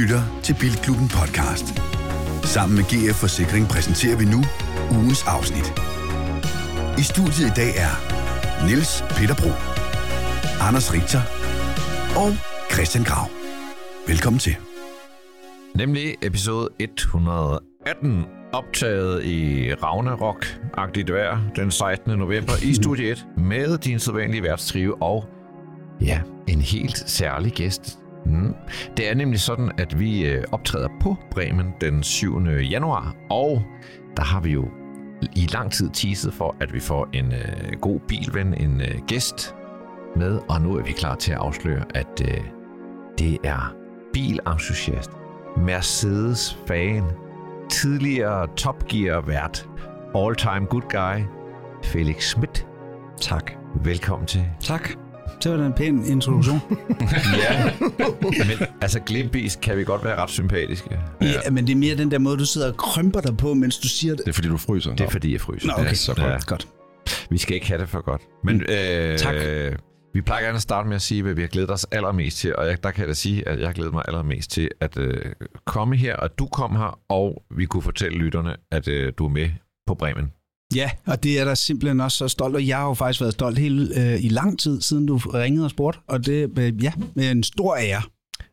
lytter til Bilklubben Podcast. Sammen med GF Forsikring præsenterer vi nu ugens afsnit. I studiet i dag er Niels Peter Bro, Anders Richter og Christian Grav. Velkommen til. Nemlig episode 118, optaget i Ragnarok-agtigt vejr den 16. november i Studie 1 med din sædvanlige værtstrive og ja, en helt særlig gæst. Mm. Det er nemlig sådan, at vi øh, optræder på Bremen den 7. januar, og der har vi jo i lang tid teaset for, at vi får en øh, god bilven, en øh, gæst med, og nu er vi klar til at afsløre, at øh, det er bilentusiast, Mercedes-fan, tidligere Top Gear-vært, all-time good guy, Felix Schmidt. Tak. Velkommen til. Tak. Det var da en pæn introduktion. Ja, men altså glimpvis kan vi godt være ret sympatiske. ja. ja, men det er mere den der måde, du sidder og krymper dig på, mens du siger det. Det er fordi, du fryser. Det er fordi, jeg fryser. Nå, okay. Ja, så godt. Ja. godt. Vi skal ikke have det for godt. Men øh, Tak. vi plejer gerne at starte med at sige, hvad vi har glædet os allermest til. Og jeg, der kan jeg da sige, at jeg har glædet mig allermest til at øh, komme her, og du kom her, og vi kunne fortælle lytterne, at øh, du er med på Bremen. Ja, og det er der simpelthen også så stolt, og jeg har jo faktisk været stolt hele, øh, i lang tid, siden du ringede og spurgte, og det øh, ja, med en stor ære.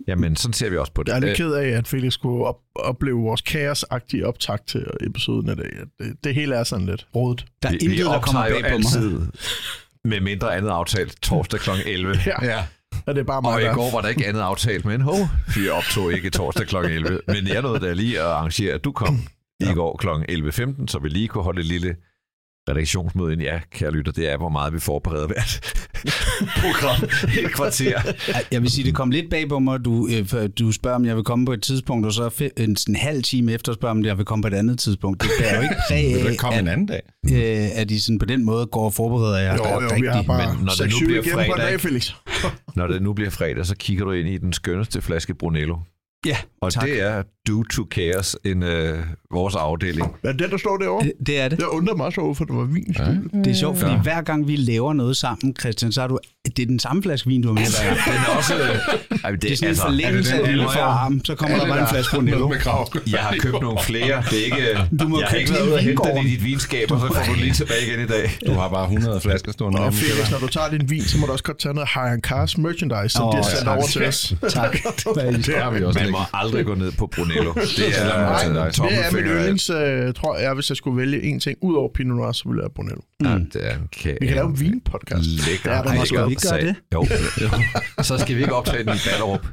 Jamen, sådan ser vi også på det. Jeg er Øh, lidt ked af, at Felix kunne op- opleve vores kaosagtige optag til episoden i dag. Det, det hele er sådan lidt rodet. Der er intet, der kommer optager bag jo på mig. altid Med mindre andet aftalt torsdag kl. 11. Ja. ja. Og det er bare mig, Og i der- går var der ikke andet aftalt, men hov, vi optog ikke torsdag kl. 11. Men jeg nåede da lige at arrangere, at du kom i går kl. 11.15, så vi lige kunne holde et lille redaktionsmøde ind. Ja, kære lytter, det er, hvor meget vi forbereder hvert program i et kvarter. Ej, Jeg vil sige, det kom lidt bag på mig, du, øh, for du spørger, om jeg vil komme på et tidspunkt, og så fe- en, sådan en halv time efter spørger, om jeg vil komme på et andet tidspunkt. Det bærer jo ikke præg Vil du ikke komme af, en at, anden dag? øh, at I sådan på den måde går og forbereder jer. Jo, jo, vi har rigtigt. bare altså Men når det nu 6-7 bliver igennem på en fredag, dag, ikke? Felix. Når det nu bliver fredag, så kigger du ind i den skønneste flaske Brunello. Ja, Og tak. det er due to chaos, en, øh, vores afdeling. Men den, der står derovre, Det, det er det. jeg undrer mig så over, for det var vin. Ja. Det er sjovt, fordi Ja. ja. hver gang vi laver noget sammen, Christian, så er du, det er den samme flaske vin, du har med hver gang. Den er også... Øh, ej, det, Det er sådan altså, en forlængelse Altså, er af det din den lille højre fra- arm, så kommer der bare en flaske Brunello. med krav. Jeg har købt nogle flere. Det er ikke, øh, Du må jeg har købe ikke været din ude og hente den vingården. i dit vinskab, og så får du den lige tilbage igen i dag. Du har bare 100 flasker stående Og hjemme til Felix, dig. når du tager din vin, så må du også godt tage noget Hayan Cars merchandise, som Åh, oh, de har sendt tak. over til os. Tak. Det har vi også Man lidt. må aldrig gå ned på Brunello. Det er Eller mig. altså, Det Det er min tommelfinger af alt. yndlings, øh, tror jeg, hvis jeg skulle vælge en ting ud over Pinot Noir, så ville jeg have Brunello. Ja, det er en kæ- Vi kan lave en vinpodcast. Lækker. Der er der Ej, noget, skal vi ikke gøre sag. det? Jo. jo. Så skal vi ikke optage den i Ballerup.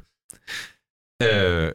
Øh,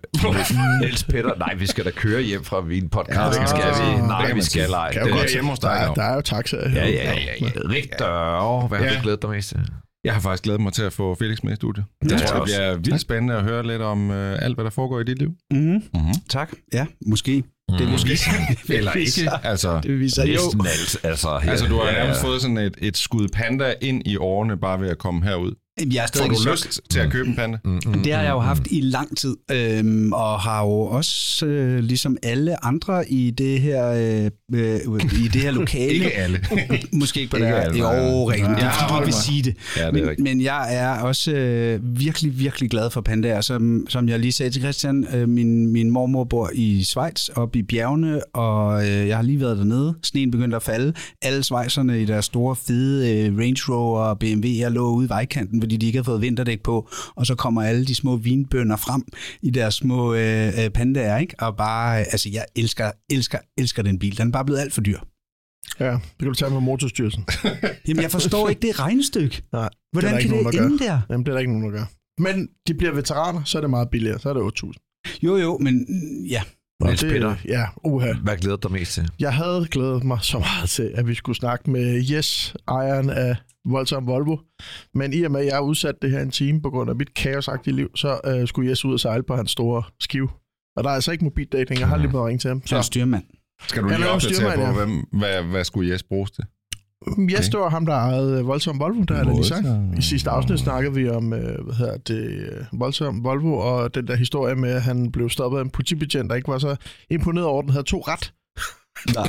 Niels Petter, nej, vi skal da køre hjem fra min podcast. Ja, skal vi? det Nej, kan vi man skal sige. ej. Kan Det jo er- altså godt hjemme hos dig. Der, jo. der er jo Ja, taxaer her. ja, ja. ja. Rigtig. Åh, Hvad har du Ja. glædet dig mest til? Jeg har faktisk glædet mig til at få Felix med i studiet. Det Jeg tror jeg tror, det også. bliver vildt spændende at høre lidt om øh, alt, hvad der foregår i dit liv. Mhm. Mm-hmm. Mm-hmm. Tak. Ja, måske. Det er måske. Mhm. Eller ikke. Altså, Det viser jo. Næsten alt. Altså, her- altså, du har ja, nærmest ja. fået sådan et, et skud panda ind i årene, bare ved at komme herud. Jeg er Får stadig du Mm. i chok. lyst til at købe en panda? Det har jeg jo haft i lang tid, øhm, og har jo også, øh, ligesom alle andre i det her, øh, øh, i det her lokale, Ikke alle. måske ikke på det Ikke her, alle, jo, nej. rigtigt, det Ja, er fordi, du hold vil mig. sige det. Ja, det er Men, rigtigt. men jeg er også øh, virkelig, virkelig glad for pandaer. Som, som jeg lige sagde til Christian, øh, min, min mormor bor i Schweiz, oppe i bjergene, og øh, jeg har lige været dernede. Sneen begyndte at falde. Alle svejserne i deres store, fede øh, Range Rover og BMW'er lå ude i vejkanten, fordi de ikke havde fået vinterdæk på. Og så kommer alle de små vinbønder frem i deres små øh, øh, pandaer, ikke? Og bare, øh, altså jeg elsker, elsker, elsker den bil. Den er bare blevet alt for dyr. ja. Det kan du tage med motorstyrelsen. Jamen jeg forstår ikke det regnestykke. Nej, Hvordan der det kan ikke det nogen, der ende der? Jamen, det er der ikke nogen, der gør. Men de bliver veteraner, så er det meget billigere. Så er det 8.000. Jo jo, men mm, ja. Og Niels det, Peter. Ja, uha. Hvad glæder du dig mest til? Jeg havde glædet mig så meget til, at vi skulle snakke med Jes, ejeren af Voldsom Volvo. Men i og med, at jeg har udsat det her en time på grund af mit kaosagtige liv, så øh, skulle Jes ud og sejle på hans store skive. Og der er altså ikke mobildating, jeg har lige blevet ringet til ham. Så er Så styrmand. Skal du Han er lige jo opdatere styrmand, på, ja. hvem, hvad, hvad skulle Jes bruges til? Jes, mm, det var ham, der ejede øh, Voldsom Volvo, der har jeg da lige sagt. I sidste afsnit snakkede vi om, øh, hvad hedder det, øh, voldsom Volvo, og den der historie med, at han blev stoppet af en politibetjent, der ikke var så imponeret over, at den havde to ret. Nej.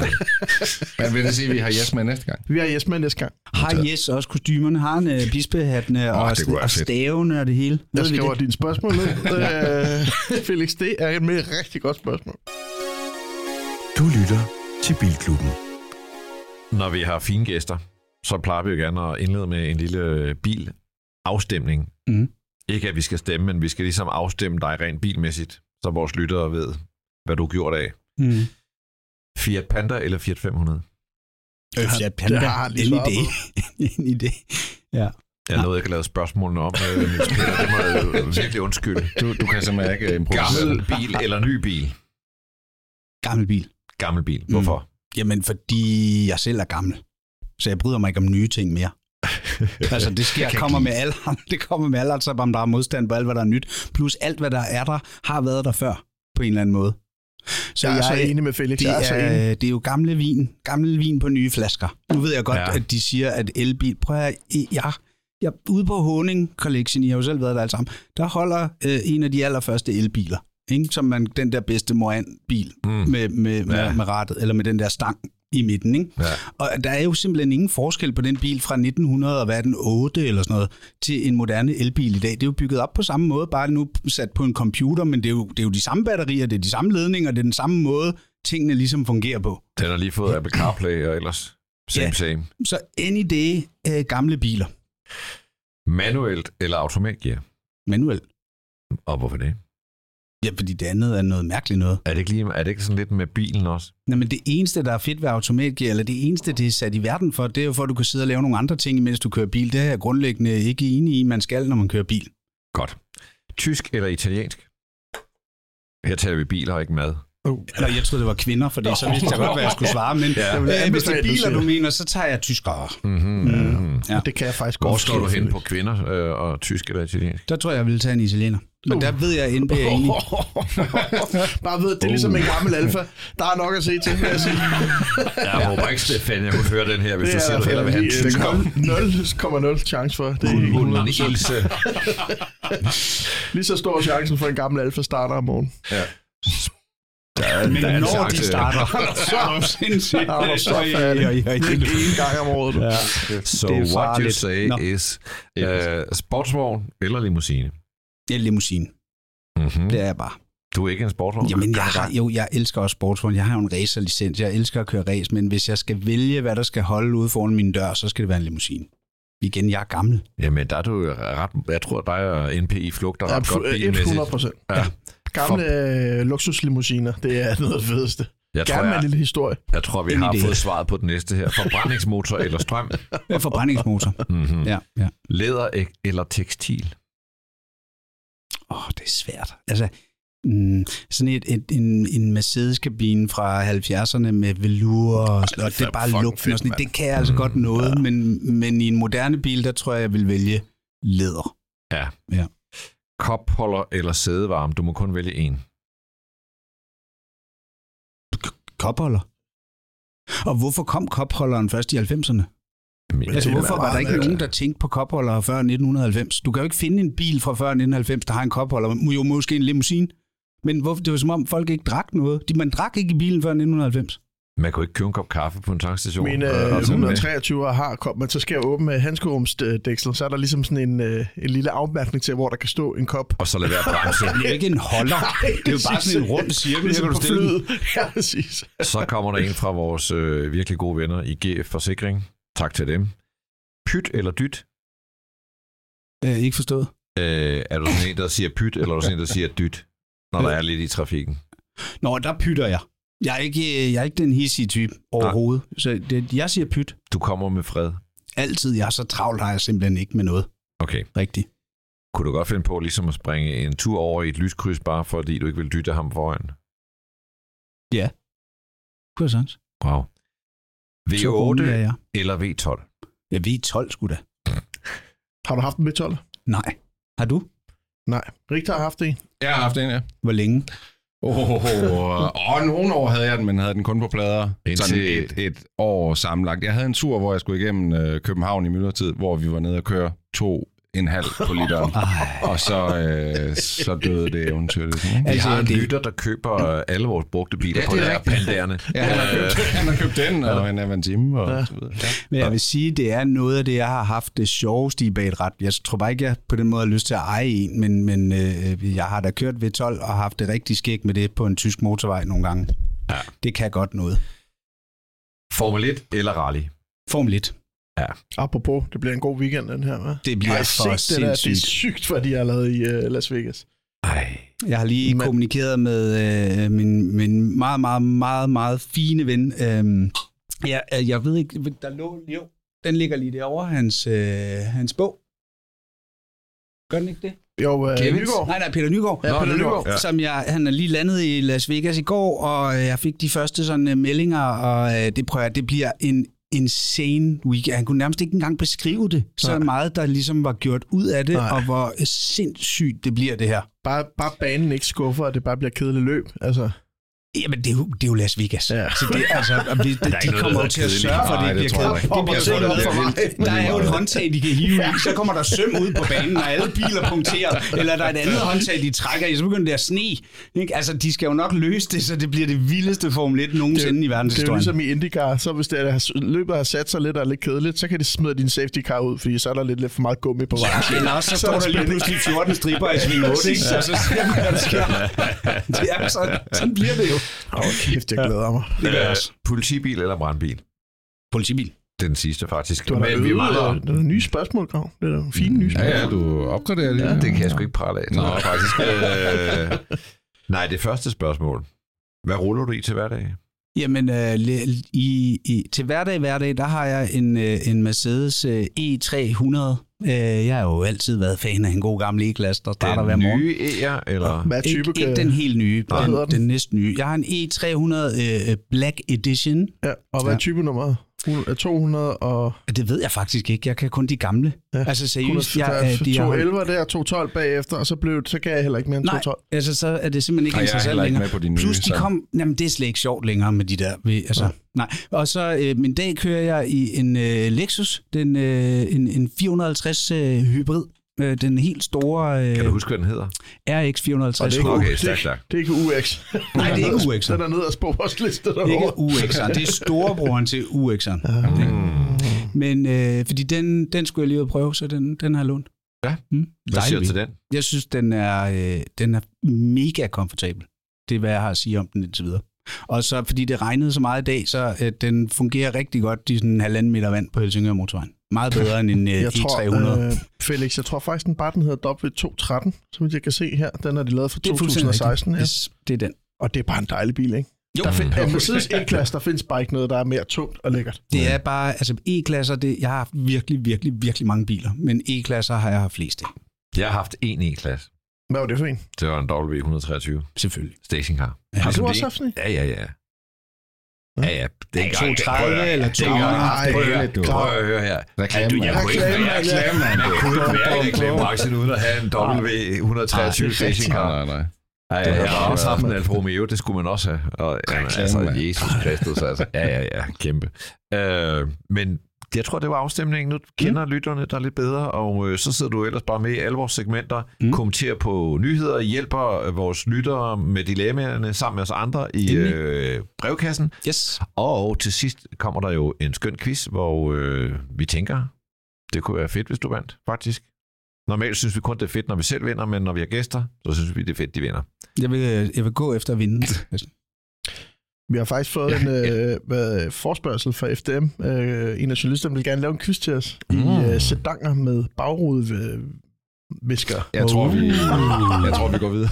Men vil det sige, at vi har yes med næste gang? Vi har Jesper næste gang. Har Jes også kostymerne? Har han øh, bispehattene oh, og, det kunne være og fedt. stavene og det hele? Jeg Ved vi skriver det? dine spørgsmål ned. Øh, Felix, det er med et rigtig godt spørgsmål. Du lytter til Bilklubben. Når vi har fine gæster, så plejer vi jo gerne at indlede med en lille øh, bilafstemning. Mm. Mhm. Ikke at vi skal stemme, men vi skal ligesom afstemme dig rent bilmæssigt, så vores lyttere ved, hvad du gjorde af. Mm. Fiat Panda eller Fiat 500? Øh, har- Fiat Panda, det har han lige en svaret idé. en idé. Jeg nåede ikke at lave spørgsmålene om, øh, Niels Peter. Det må jeg jo virkelig undskylde. Du, du kan simpelthen ikke improvisere. Gammel bil eller ny bil? Gammel bil. Gammel bil. Hvorfor? Mm. Jamen, fordi jeg selv er gammel. Så jeg bryder mig ikke om nye ting mere. altså, det sker, jeg kommer med alderen. Det kommer med alderen, så om der er modstand på alt, hvad der er nyt. Plus alt, hvad der er der, har været der før, på en eller anden måde. Så Jeg er så enig med Felix. Det Jeg er så enig. er, det er jo gamle vin. Gammel vin på nye flasker. Nu ved jeg godt, Ja. ja. at de siger, at elbil... Prøv at høre, I- jeg, jeg, ude på Honing Collection, I har jo selv været der alle sammen, der holder øh, en af de allerførste elbiler. Ikke? Som man, den der bedste Moran-bil mm. med, med, med, Ja. ja. med rattet, eller med den der stang i midten. Ikke? Ja. Og der er jo simpelthen ingen forskel på den bil fra 1900 og hvad er den 8 eller sådan noget, til en moderne elbil i dag. Det er jo bygget op på samme måde, bare nu sat på en computer, men det er jo, det er jo de samme batterier, det er de samme ledninger, det er den samme måde, tingene ligesom fungerer på. Den har lige fået Apple CarPlay og ellers same, Ja. same. Så any day øh, gamle biler, Manuelt eller automatgear? manuelt. Og hvorfor det? Ja, fordi det andet er noget mærkeligt noget. Er det ikke, lige, er det ikke sådan lidt med bilen også? Nej, men det eneste, der er fedt ved automatgear, eller det eneste, det er sat i verden for, det er jo for, at du kan sidde og lave nogle andre ting, mens du kører bil. Det er jeg grundlæggende ikke enig i, man skal, når man kører bil. Godt. Tysk eller italiensk? Her taler vi biler og ikke mad. Nå, jeg troede, det var kvinder, for det, så vidste jeg godt, hvad jeg skulle svare. Men Jeg vil ja. øh, hvis det anbefale, er du biler, siger. du mener, så tager jeg tyskere. Mm-hmm. Mm-hmm. Ja. Det kan jeg faktisk godt. Hvor står du forstå, hen på Felix. kvinder øh, og tysk eller italiensk? Der tror jeg, jeg ville tage en italiener. Men der ved jeg, at NB er enig. Bare ved, det er ligesom Oh. en gammel alfa. Der er nok at se til, vil jeg sige. Jeg håber ikke, Stefan, jeg kunne høre den her, hvis Det øh, du siger, du heller vil have en tysk. er 0,0 chance for. Det er ikke Hun en 100%. hilse. Lige så stor chancen for en gammel alfa starter om morgenen. Men der er en når chance. de starter, så er det sindssygt. Ja, hvor så Så- er det. ja, ja, ja. Det er en gang om året. Ja. So Det er what you farligt. say Nå. is uh, sportsvogn eller limousine? Ja, limousine. Mm-hmm. Det er jeg bare. Du er ikke en sportsvogn? Jamen, jeg har, jo, jeg elsker også sportsvogn. Jeg har jo en racerlicens. Jeg elsker at køre race, men hvis jeg skal vælge, hvad der skal holde ude foran min dør, så skal det være en limousine. Igen, jeg er gammel. Jamen, der er du jo ret... Jeg tror, at dig og NPI flugter ret godt bilmæssigt. 100 procent. Ja. Gamle øh, luksuslimousiner, det er noget af det fedeste. Jeg tror, Gerne med jeg, en lille historie. jeg tror, vi Ingen har idé. fået svaret på den næste her. Forbrændingsmotor eller strøm? Jeg er forbrændingsmotor. Mm-hmm. Ja, ja. Læder ek- eller tekstil? Åh, oh, det er svært. Altså, mm, sådan et, et, en, en Mercedes-kabine fra 70'erne med velour og, sådan, og det er bare fucking lugten og sådan fedt, noget. Det kan jeg altså Mm, godt noget, ja. men, men i en moderne bil, der tror jeg, jeg vil vælge læder. Kopholder eller sædevarme? Du må kun vælge en. Kopholder. Og hvorfor kom kopholderen først i 90'erne? Jamen, Altså, det er hvorfor da var der meget ikke mærkeligt. nogen, der tænkte på kopholdere før 1990? Du kan jo ikke finde en bil fra før 1990, der har en kopholder. Må- Jo, måske en limousine. Men hvorfor, det var som om, folk ikke drak noget. De, man drak ikke i bilen før 1990. Man kunne ikke købe en kop kaffe på en tankstation. øh, Min øh, og- og sådan noget. 123 har kommet, men så skal jeg åbne handskerumsdæksel, så er der ligesom sådan en, øh, en lille afmærkning til, hvor der kan stå en kop. og så lade være bremse. Det er jo ikke en holder. det er jo bare sådan en rund cirkel, her Ligesom kan du på stille den. flyet. Ja, præcis. Så kommer der en fra vores øh, virkelig gode venner i GF Forsikring. Tak til dem. Pyt eller dyt? Øh, ikke forstået. Øh, er du sådan en, der siger pyt, eller er du sådan en, der siger dyt, når der er lidt i trafikken? Nå, der pytter jeg. Jeg er ikke, øh, jeg er ikke den hissige type overhovedet. Så det, jeg siger pyt. Du kommer med fred. Altid. Jeg er så travlt, har jeg simpelthen ikke med noget. Okay. Rigtigt. Kunne du godt finde på ligesom at springe en tur over i et lyskryds, bare fordi du ikke vil dytte ham foran? Kunne jeg sans? Wow. V8 Ja, ja. eller V12? ja, vi er 12, sgu da. Har du haft en B12? Nej. Har du? Nej. Rigtig har haft en. Jeg har haft en, ja. Hvor længe? Åh, oh, oh, oh. oh, nogle år havde jeg den, men havde den kun på plader. Indtil- Sådan et, et år sammenlagt. Jeg havde en tur, hvor jeg skulle igennem øh, København i myldretid, hvor vi var nede og køre to en halv på literen. og så, øh, så døde det eventyrligt. ikke? Vi Altså, har en det- lytter, der køber øh, alle vores brugte biler Ja, på det er det rigtigt. pandagerne. Ja, han har købt, han har købt den, og en Avantime og så videre. Ja. Men jeg vil sige, det er noget af det, jeg har haft det sjoveste i bag et ret. Jeg tror bare ikke, jeg på den måde har lyst til at eje en, men, men øh, jeg har da kørt ved 12 og haft det rigtig skægt med det på en tysk motorvej nogle gange. Ja. Det kan godt noget. Formel 1 eller rally? Form lidt. Apropos, det bliver en god weekend, den her, hva'? Det bliver jeg for har set det der. Det er sindssygt. sygt, hvad de har lavet i uh, Las Vegas. Ej. Jeg har lige Men- men... kommunikeret med øh, min, min meget, meget, meget, meget fine ven. Øh, jeg, jeg ved ikke, der lå, jo, den ligger lige derovre, hans, øh, hans bog. Gør den ikke det? Jo, uh, Clemens? Nygaard. Nej, nej, Peter Nygaard. Ja, Nå, Peter Nygaard. Ja. Som jeg, han er lige landet i Las Vegas i går, og øh, jeg fik de første sådan øh, meldinger, og øh, det prøver jeg, det bliver en insane weekend. Han kunne nærmest ikke engang beskrive det, så Nej. meget der ligesom var gjort ud af det, Nej. Nej. og hvor sindssygt det bliver det her. Bare, bare banen ikke skuffer, og det bare bliver kedeligt løb. Altså, Jamen, det er jo, det er jo Las Vegas. Ja. Ja. Så det, er altså, og vi, de, ikke de noget, kommer der jo hedder til at kedeligt. sørge for, at Nej, det det bliver tror jeg kedeligt. Det ikke. bliver Jeg tror, sådan det noget bliver for mig. Der er jo et håndtag, de kan hive i. Så kommer der søm ud på banen, og alle biler punkterer. Eller der er et andet håndtag, de trækker i. Så begynder det at sne. Ikke? Altså, de skal jo nok løse det, så det bliver det vildeste Formel 1 nogensinde det i er jo verdenshistorien. ligesom i IndyCar, så hvis det er, løbet har sat sig lidt og er lidt kedeligt, så kan de smide din safety car ud, fordi så er der lidt, lidt for meget gummi på vejen. Eller også så er står der der lige spænding. pludselig 14 stripper i sving 8, ikke? Så, så ser man, hvad der sker. Det er sådan, sådan bliver det jo. Åh, kæft, jeg glæder mig. Det altså- gør jeg også. Politibil eller brandbil? Politibil. Den sidste faktisk. Du har da Men vi øvet, mangler... øh, nogle nye spørgsmål, Grav. Det er nogle fine nye Ja, spørgsmål. ja, du opgraderer lige. Ja, det kan jeg sgu ikke prale af. Nå. Nå, faktisk. Øh, nej, det første spørgsmål. Hvad ruller du i til hverdag? Jamen, øh, le- i, i, til hverdag, hverdag, der har jeg en, øh, en Mercedes øh, E300. Øh, jeg har jo altid været fan af en god gammel E-klasse, der starter hver Den morgen. nye E'er, eller? Hvad Ikke, type ikke den helt nye, Hvad hedder den, den? den næsten nye. Jeg har en E300 øh, Black Edition. Ja, og hvad er Ja. type nummer? 200 og... Det ved jeg faktisk ikke. Jeg kan kun de gamle. Ja. Ja. Altså seriøst. Jeg, Jeg, øh, de har- 211 der, 212 bagefter, og så, blev, så kan jeg heller ikke mere end Nej, 212. altså så er det simpelthen ikke Og jeg er interessant heller ikke længere. med på de nye. Plus de så- kom, jamen det er slet ikke sjovt længere med de der, ved, altså, ja. nej. Og så øh, min dag kører jeg i en øh, Lexus, den, øh, en, en 450 øh, hybrid, øh, den helt store Kan øh, du huske, hvad den hedder? RX 450. Og det er ikke Okay, U- stærkt, stærkt. Det er ikke UX. Nej, det er ikke UX'er. Den er nede og spå vores liste Det er derovre. ikke UX'eren, det er storebroren til UX'eren. Mm. Men øh, fordi den, den skulle jeg lige ud og prøve, så den, den har jeg lånt. Ja. Mm. Hvad siger du Dejlig til bil. den? Jeg synes, den er, øh, den er mega komfortabel. Det er, hvad jeg har at sige om den indtil videre. Og så fordi det regnede så meget i dag, så øh, den fungerer rigtig godt, de sådan halvanden meter vand på Helsingør Motorvejen. Meget bedre end en øh, Jeg tror, E300. øh, Felix, jeg tror faktisk, den bare den hedder W213, som jeg kan se her. Den har de lavet fra det er fuldstændig rigtigt. 2016. Ja. Yes, det er den. Og det er bare en dejlig bil, ikke? Jo, Der mm. find, mm. Mercedes E-klasse, der findes bare ikke noget, der er mere tungt og lækkert. det er bare, altså E-klasser, det, jeg har haft virkelig, virkelig, virkelig mange biler, men E-klasser har jeg haft flest af, Jeg har haft en E-klasse. Hvad var det for en? Det var en W123 selvfølgelig. stationcar. Har Altså, du det også er haft sådan en? Ja, ja, ja. Ja, ja. Det er ikke 230 eller Prøv at 200. høre- Nej, prøv at høre- lidt, du. Prøv at høre her. Reklame, Du, jeg mand. kunne ikke Reklame, være- reklame, mand. Man kunne ikke være i Bum, bum. reklamebranchen uden at have en W123 stationcar. Nej, nej, nej. Ej, ja, Det var jeg har også også svært. haft en Alfa Romeo, det skulle man også have. Og, jamen, Reklame, altså, mand. Jesus Kristus, altså. Ja, ja, ja, kæmpe. Øh, men jeg tror, det var afstemningen. Nu kender mm. lytterne dig lidt bedre, og øh, så sidder du ellers bare med i alle vores segmenter, mm. kommenterer på nyheder, hjælper øh, vores lyttere med dilemmaerne sammen med os andre i Endelig. øh, brevkassen. Yes. Og til sidst kommer der jo en skøn quiz, hvor øh, vi tænker, det kunne være fedt, hvis du vandt, faktisk. Normalt synes vi kun, det er fedt, når vi selv vinder, men når vi har gæster, så synes vi, det er fedt, de vinder. Jeg vil, øh, jeg vil gå efter at vinde. Altså, Vi har faktisk fået ja, en øh, hvad, forspørgsel fra FDM. Øh, en af journalisterne vil gerne lave en quiz til os mm. i Ah. øh, sedanger med bagrude øh, visker. Jeg tror, vi, jeg tror, vi går videre.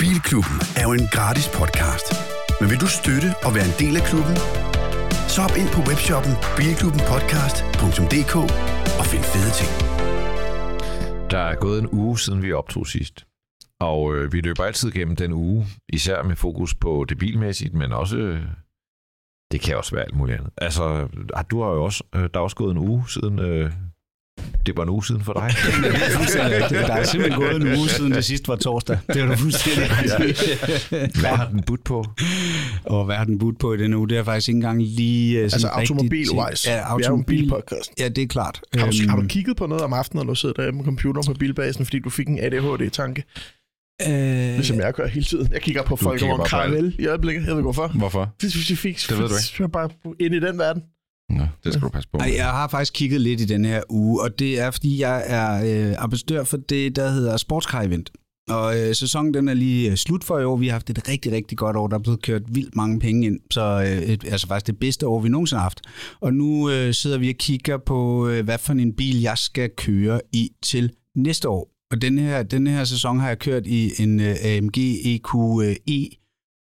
Bilklubben er jo en gratis podcast. Men vil du støtte og være en del af klubben? Så hop ind på webshoppen bilklubbenpodcast.dk og find fede ting. Der er gået en uge, siden vi optog sidst. Og øh, vi løber altid gennem den uge, især med fokus på det bilmæssigt, men også... Øh, det kan også være alt muligt andet. Altså, ah, du har jo også... Øh, der er også gået en uge siden... Øh, det var en uge siden for dig. Fuldstændig rigtigt. øh, Der er simpelthen gået en uge siden det sidste var torsdag. Det var du fuldstændig ret i. Hvad har den budt på? og hvad har den budt på i den uge? Det er faktisk ikke engang lige... øh, Altså sådan rigtigt automobilvejs. til- Ja, Vi er jo en automobil. bilpodcast. Ja, det er klart. Har du, har du Øhm, kigget på noget om aftenen, når du sidder derhjemme med computeren på bilbasen, fordi du fik en ADHD-tanke? øh, Ligesom jeg gør hele tiden. Jeg kigger på folk kigger over bare på karamel i øjeblikket. Jeg ved ikke hvorfor. Hvorfor? Det synes jeg fik. Det ved du ikke. Jeg er bare ind i den verden. Nå, det skal du passe på. med. Ej, jeg har faktisk kigget lidt i den her uge, og det er, fordi jeg er øh, ambassadør for det, der hedder Sportscar Event. Og øh, sæsonen den er lige øh, slut for i år. Vi har haft et rigtig, rigtig godt år. Der er blevet kørt vildt mange penge ind. Så øh, et, altså faktisk det bedste år, vi nogensinde har haft. Og nu øh, sidder vi og kigger på, øh, hvad for en bil jeg skal køre i til næste år. Og den her, den her sæson har jeg kørt i en øh, AMG EQE, øh, E,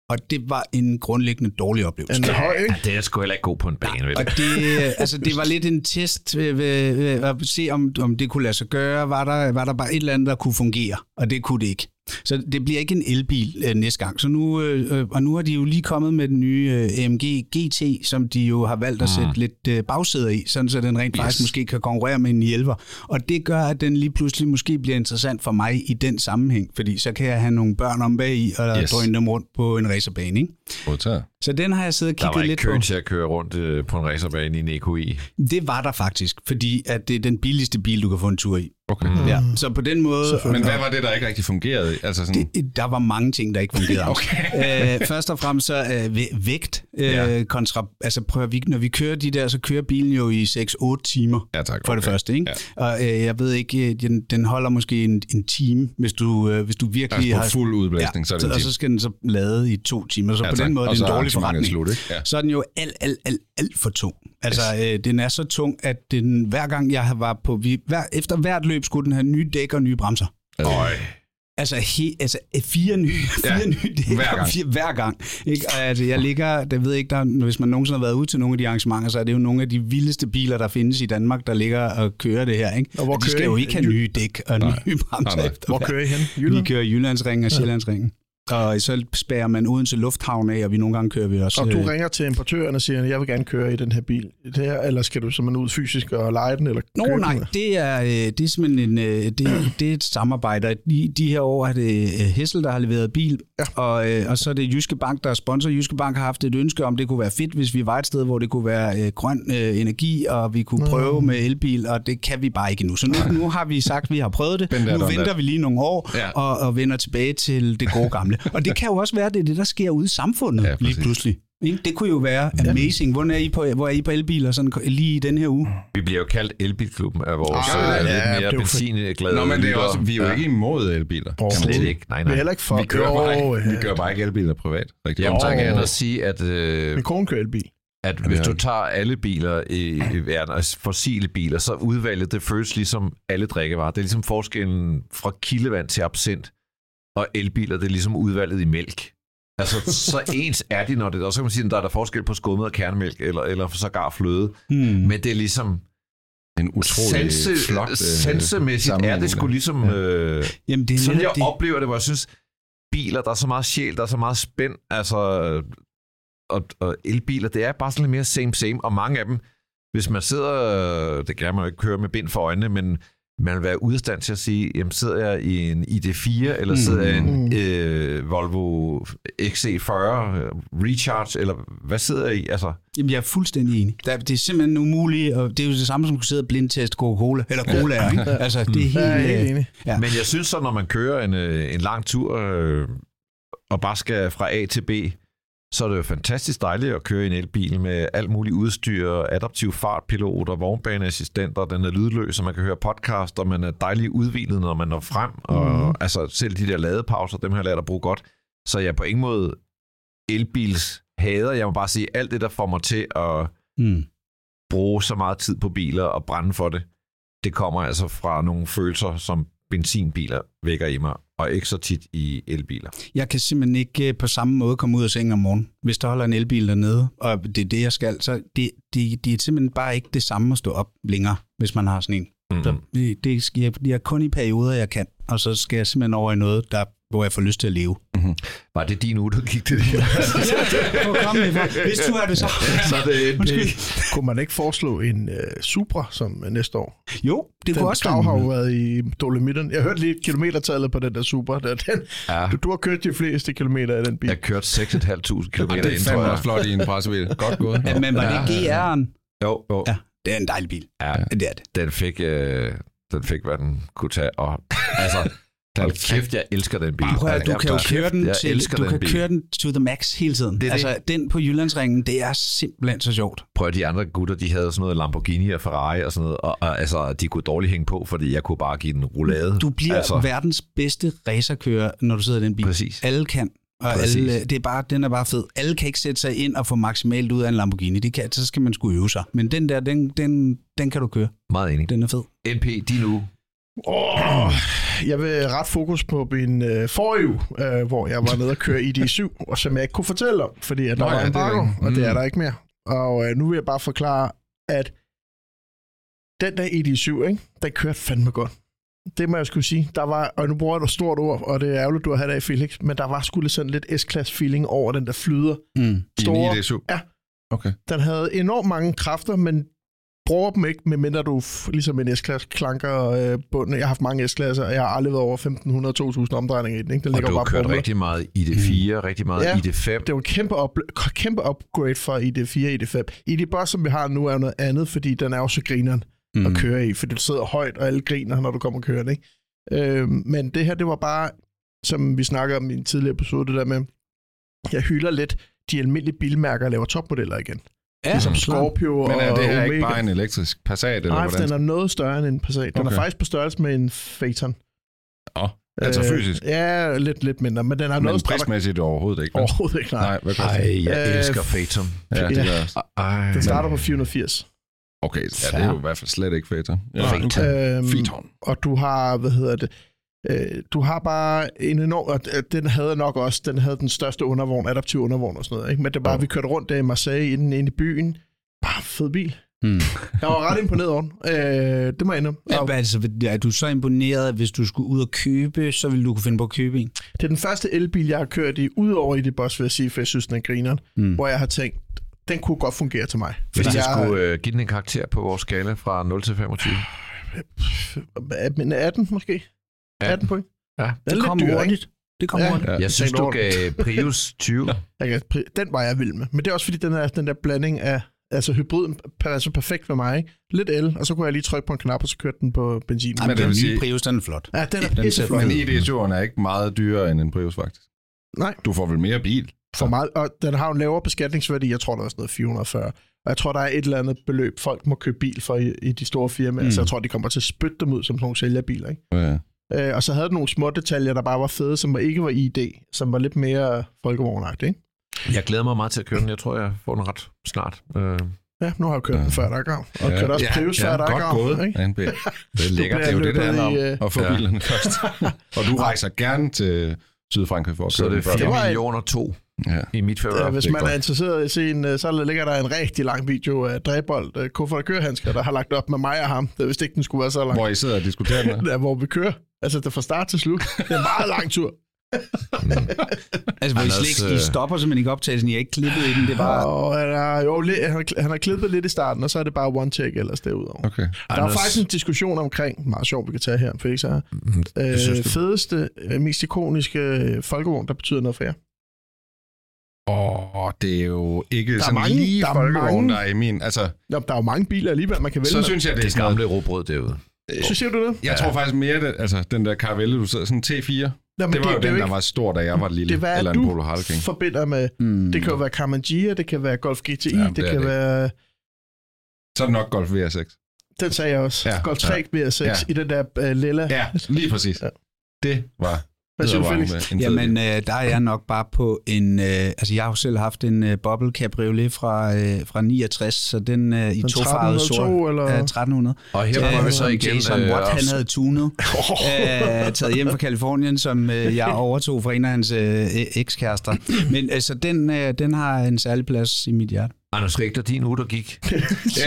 og det var en grundlæggende dårlig oplevelse. Den er høj, Ja, ikke? det er sgu heller ikke god på en bane, vel? Og det, øh, altså, det var lidt en test ved, ved, ved at se, om, om det kunne lade sig gøre. Var der, var der bare et eller andet, der kunne fungere? Og det kunne det ikke. Så det bliver ikke en elbil øh, næste gang. Så nu, øh, øh, og nu har de jo lige kommet med den nye øh, AMG GT, som de jo har valgt Ah. at sætte lidt øh, bagsæder i, sådan så den rent faktisk måske kan konkurrere med en 11. Og det gør, at den lige pludselig måske bliver interessant for mig i den sammenhæng, fordi så kan jeg have nogle børn om bag i og Yes. yes. drøne dem rundt på en racerbane. Ikke? Modtaget. Så den har jeg siddet og Der var kigget ikke lidt kø på. til at køre rundt øh, på en racerbane i en E. EQI. Det var der faktisk, fordi at det er den billigste bil, du kan få en tur i. Okay. Mm. Ja. Så på den måde, Men hvad var det, der ikke rigtig fungerede? Altså sådan, det, der var mange ting, der ikke fungerede. okay. øh, først og fremmest så øh, væ- vægt øh, Ja. ja. kontra... Altså prøv at, vi- når vi kører de der, så kører bilen jo i 6-8 timer. ja, tak, For det første, ikke? Ja. Og øh, jeg ved ikke, øh, den, den holder måske en, en time, hvis du, øh, hvis du virkelig Altså på har... fuld udblæsning, så er det en Og så time. skal den så lade i to timer, så Ja, på tak. den måde Og det er så det en er dårlig arrangementet forretning. slut, ikke? Ja. så er den jo alt, alt, alt, alt for tung. Altså, øh, den er så tung, at den, hver gang jeg var på... Vi, hver, efter hvert løb skulle den have nye dæk og nye bremser. Øj. Altså, he, altså øh, fire nye, fire Ja, ja, nye dæk hver gang. Fire, hver gang ikke? Og, altså, jeg ligger, det ved jeg ikke, der, hvis man nogensinde har været ude til nogle af de arrangementer, så er det jo nogle af de vildeste biler, der findes i Danmark, der ligger og kører det her. Ikke? Og hvor de kører skal I? jo ikke have nye dæk og nej. nye bremser. Nej, nej. efter Hvor hver- kører I hen? vi Jylland? kører Jyllandsringen og Sjællandsringen. Og så spærer man Odense Lufthavn af, og vi nogle gange kører vi også... Og du øh, ringer til importøren og siger, jeg vil gerne køre i den her bil. Det her, eller skal du simpelthen ud fysisk og lege den? Eller Nå købe den, nej, eller? det er, øh, det er simpelthen en, øh, det, det er et samarbejde. Og De, de her år er det øh, Hessel, der har leveret bil, ja. og, øh, og så er det Jyske Bank, der er sponsor. Jyske Bank har haft et ønske om, det kunne være fedt, hvis vi var et sted, hvor det kunne være øh, grøn øh, energi, og vi kunne prøve med elbil, og det kan vi bare ikke endnu. Så nu, nu har vi sagt, at vi har prøvet det. Den der, Nu den der. venter vi lige nogle år, Ja. ja. og, og vender tilbage til det gode gamle. Og det kan jo også være, at det er det, der sker ude i samfundet Ja, ja, præcis. lige pludselig. ikke? Det kunne jo være amazing. Hvor er I på, hvor er I på elbiler sådan, lige i den her uge? Vi bliver jo kaldt elbilklubben af vores Ah, ja, ah, lidt det er mere jo for- benzinglade. Nå, men det er lyttere. også, vi er jo Ja. ikke imod elbiler. kan man Overhovedet sige. Slet ikke, nej, Vi er nej. heller ikke for... Vi kører, bare Jo, øh, ikke, vi ja. kører bare ikke elbiler privat. Rigtig. Jamen, så Åh. kan jeg ellers sige, at, øh, Min kone kører elbil. at hvis du tager alle biler i, i verden, altså fossile biler, så udvalget, det føles ligesom alle drikkevarer. Det er ligesom forskellen fra kildevand til absint, og elbiler, det er ligesom udvalget i mælk. Altså, så ens er de, når det... Og så kan man sige, at der er der forskel på skummet og kernemælk, eller, eller sågar fløde. Hmm. Men det er ligesom... En utrolig Sanse, flot... øh, sansemæssigt er det sammenhæng sgu der. ligesom... Øh, Jamen, det er sådan netop jeg oplever det, hvor jeg synes, biler, der er så meget sjæl, der er så meget spænd, altså, og, og elbiler, det er bare sådan lidt mere same same, og mange af dem, hvis man sidder, øh, det kan man jo ikke køre med bind for øjnene, men man vil være ude af stand til at sige, jamen sidder jeg i en ID4, eller sidder jeg i Mm. en øh, Volvo XC40 øh, Recharge, eller hvad sidder jeg i? Altså, Jamen, jeg er fuldstændig enig. Der- Det er simpelthen umuligt, og det er jo det samme som at kunne sidde og blindteste Coca-Cola, eller cola, ja. ikke? Altså, det er Ja, jeg er helt... helt øh, enig. Ja. Men jeg synes så, når man kører en, øh, en lang tur øh, og bare skal fra A til B, så er det jo fantastisk dejligt at køre i en elbil med alt muligt udstyr, adaptiv fartpilot og vognbaneassistenter, den er lydløs, og man kan høre podcast, og man er dejligt udvilet, når man når frem, og mm. altså selv de der ladepauser, dem har jeg lært at bruge godt. Så jeg er på ingen måde elbils hader. Jeg må bare sige, alt det, der får mig til at Mm. bruge så meget tid på biler og brænde for det, det kommer altså fra nogle følelser, som benzinbiler vækker i mig, og ikke så tit i elbiler. Jeg kan simpelthen ikke øh, på samme måde komme ud af sengen om morgenen, hvis der holder en elbil dernede, og det er det, jeg skal. Så det, det, det er simpelthen bare ikke det samme at stå op længere, hvis man har sådan en. Mm. Så øh, det skal jeg, jeg er kun i perioder, jeg kan, og så skal jeg simpelthen over i noget, der hvor jeg får lyst til at leve. Var det din uge, du gik til det her? Hvor kom det fra? Hvis du er det så. så er det en Undskyld. Kunne man ikke foreslå en øh, Supra som øh, næste år? Jo, det Den kunne også være krav en har jo mulighed. været i Dolomitterne. Jeg hørte lige kilometertallet på den der Supra. Der. Den, Ja. du, du har kørt de fleste kilometer af den bil. Jeg kørte 6.500 km Og det er ind, tror fandme også jeg. flot i en pressebil. Godt gået. Ja, men var det GR'en? Jo, jo. Ja, det er en dejlig bil. Ja. Det er det. Den fik, øh, den fik, hvad den kunne tage. Og, altså, hold kæft, jeg elsker den bil. Prøv at, du kan jo Hold køre kæft, den jeg til, elsker du den kan bil. køre den to the max hele tiden. Det er altså, den på Jyllandsringen, det er simpelthen så sjovt. Prøv at de andre gutter, de havde sådan noget Lamborghini og Ferrari og sådan noget, og, og altså, de kunne dårligt hænge på, fordi jeg kunne bare give den roulade. Du bliver altså, altså. verdens bedste racerkører, når du sidder i den bil. Præcis. Alle kan. Og Præcis. alle, det er bare, den er bare fed. Alle kan ikke sætte sig ind og få maksimalt ud af en Lamborghini. Det kan, så skal man skulle øve sig. Men den der, den, den, den kan du køre. Meget enig. Den er fed. NP, din uge. Oh, jeg vil ret fokus på min øh, forrige uge, øh, hvor jeg var nede og køre ID7, og som jeg ikke kunne fortælle om, fordi at der Nå Nå, var ja, ja, det er embargo, rigtigt. og det er Mm. der ikke mere. Og øh, nu vil jeg bare forklare, at den der ID7, ikke, den kørte fandme godt. Det må jeg skulle sige. Der var, og nu bruger jeg et stort ord, og det er ærgerligt, du har det af, Felix, men der var sgu lidt sådan lidt S-klasse feeling over den der flyder. Mm. Store. Store, I en IDSU? Ja. Okay. den havde enormt mange kræfter, men bruger dem ikke, medmindre du f- ligesom en S-klasse klanker øh, bunden. Jeg har haft mange S-klasser, og jeg har aldrig været over 1.500-2.000 omdrejninger i den. Ikke? Den Og ligger du jo har bare kørt på rigtig meget i det 4, mm. rigtig meget Ja. i det 5. Det var en kæmpe, op- kæmpe upgrade fra ID4 og ID5. ID Buzz, som vi har nu, er jo noget andet, fordi den er jo så grineren mm. at køre i, fordi du sidder højt, og alle griner, når du kommer kørende. Ikke? Øh, men det her, det var bare, som vi snakkede om i en tidligere episode, det der med, jeg hylder lidt, de almindelige bilmærker laver topmodeller igen. Ja, Ligesom Scorpio Ah, Men er og det her Omega. ikke bare en elektrisk Passat, eller Nej, for hvordan? den er noget større end en Passat. Den okay. Okay. er faktisk på størrelse med en Phaeton. Nå, altså fysisk. Øh, ja, lidt, lidt mindre, men den har Men noget større. prismæssigt overhovedet ikke. vel? Overhovedet ikke, nej. Nej, hvad gør Ej, det? jeg Øh, elsker Phaeton. Ja, det ja. er Ej, Den men- starter på 480. Okay, ja, det er jo i hvert fald slet ikke Feta. Ja. Phaeton. Øhm, Phaeton. og du har, hvad hedder det, øh, du har bare en enorm, og øh, den havde nok også, den havde den største undervogn, adaptiv undervogn og sådan noget, ikke? men det er bare, Jo. vi kørte rundt der i Marseille, inden inde i byen, bare fed bil. Mm. Jeg var ret imponeret over den, øh, det må jeg indrømme. Og Er, altså, er du så imponeret, at hvis du skulle ud og købe, så ville du kunne finde på at købe en? Det er den første elbil, jeg har kørt i, udover i det boss, vil jeg sige, for jeg synes, den er grineren, Mm. mm. hvor jeg har tænkt, den kunne godt fungere til mig. Hvis Fordi jeg jeg skulle øh, give den en karakter på vores skala fra 0 til 25. er men 18 måske? 18 point? Ja, Den er Det lidt kom dyr, hurtigt. Det kom Ja. hurtigt. Ja. Jeg synes, tænkte du over gav Prius 20. Jeg kan, pri- den var jeg vild med. Men det er også fordi, den, er, den der blanding af... Altså hybriden passer så perfekt for mig. ikke? Lidt el, og så kunne jeg lige trykke på en knap, og så kørte den på benzin. Ej, men Men det den vil nye sige- Prius, den er flot. Ja, den er den ser pisseflot. Men ID7'eren er ikke meget dyrere end en Prius, faktisk. Nej. Du får vel mere bil? For meget, og den har jo en lavere beskatningsværdi. Jeg tror, der er sådan noget 440. Og jeg tror, der er et eller andet beløb, folk må købe bil for i, i de store firmaer. Mm. Mm. Så jeg tror, de kommer til at spytte dem ud som sådan nogle sælgerbiler. Ikke? Ja. Øh, og så havde den nogle små detaljer, der bare var fede, som var, ikke var ID, som var lidt mere folkevognagtigt. Ikke? Jeg glæder mig meget til at køre den. Jeg tror, jeg får den ret snart. Øh, Ja, nu har jeg kørt ja. den Ja. før, der er grav. Og Ja. kørt også Ja, Prius før, der er Godt grav. gået, ikke? ANB. det er lækkert. Det er jo det, det løbet handler om, i, øh, at få ja. bilerne først. og du rejser gerne til Sydfrankrig for at Så køre er det den først. Det var 4 et- millioner to Ja. i mit favør. Ja, Øh, hvis det er man er interesseret i at se en, øh, så ligger der en rigtig lang video af Dræbold, øh, kuffert og kørehandsker, der har lagt op med mig og ham. Det er vist ikke, den skulle være så lang. Hvor I sidder og diskuterer den her. Hvor, hvor vi kører. Altså, det er fra start til slut. Det er en meget lang tur. Altså, hvor I, Anders, slet, ikke- I øh, stopper simpelthen ikke optagelsen. I har ikke klippet i den. Det var Og han har, jo, lidt- han har, han har klippet lidt i starten, og så er det bare one take ellers derudover. Okay. Der er Anders- faktisk en diskussion omkring, meget sjov, vi kan tage her, for ikke så her. Mm, synes Øh, du? fedeste, øh, mest ikoniske øh, folkevogn, der betyder noget for jer. Åh, oh, det er jo ikke der er sådan mange- lige der er folkevogn, mange- der er i min. Altså, Nå, der er jo mange biler alligevel, man kan vælge. så med. synes jeg, det er Det sådan gamle råbrød derude. noget- så siger du det? Jeg tror faktisk mere, det, altså den der Caravelle, du sidder, sådan en T4, Nå, men det var jo er den, ikke- der var stor, da jeg var lille. Det er, hvad eller er en du Polo Harlequin. forbinder med Mm. Det kan jo være Kamangia, det kan være Golf GTI, Jamen, Jamen, det det, er det kan det. det. være... Så er det nok Golf VR6. Den sagde jeg også. Ja, Ja, Golf 3 ja. ja, VR6 Ja. ja. i den der uh, lilla. Ja, Ja, lige præcis. Ja. Det var Hvad det siger du, var Felix? en fed Jamen, bil. øh, der er jeg nok bare på en... Øh, altså, jeg har jo selv haft en øh, Bobble Cabriolet fra, øh, fra 69, så den øh, i Den tofarvet sort. 1302, eller... Ja, 1300. Og her Ja, var vi så som igen... øh, Jason øh, Watt, og- han havde tunet, Åh, øh, taget hjem fra Kalifornien, som øh, jeg overtog fra en af hans øh, ekskærester. Men altså, den, øh, den har en særlig plads i mit hjerte. Anders Richter, din uge, der gik.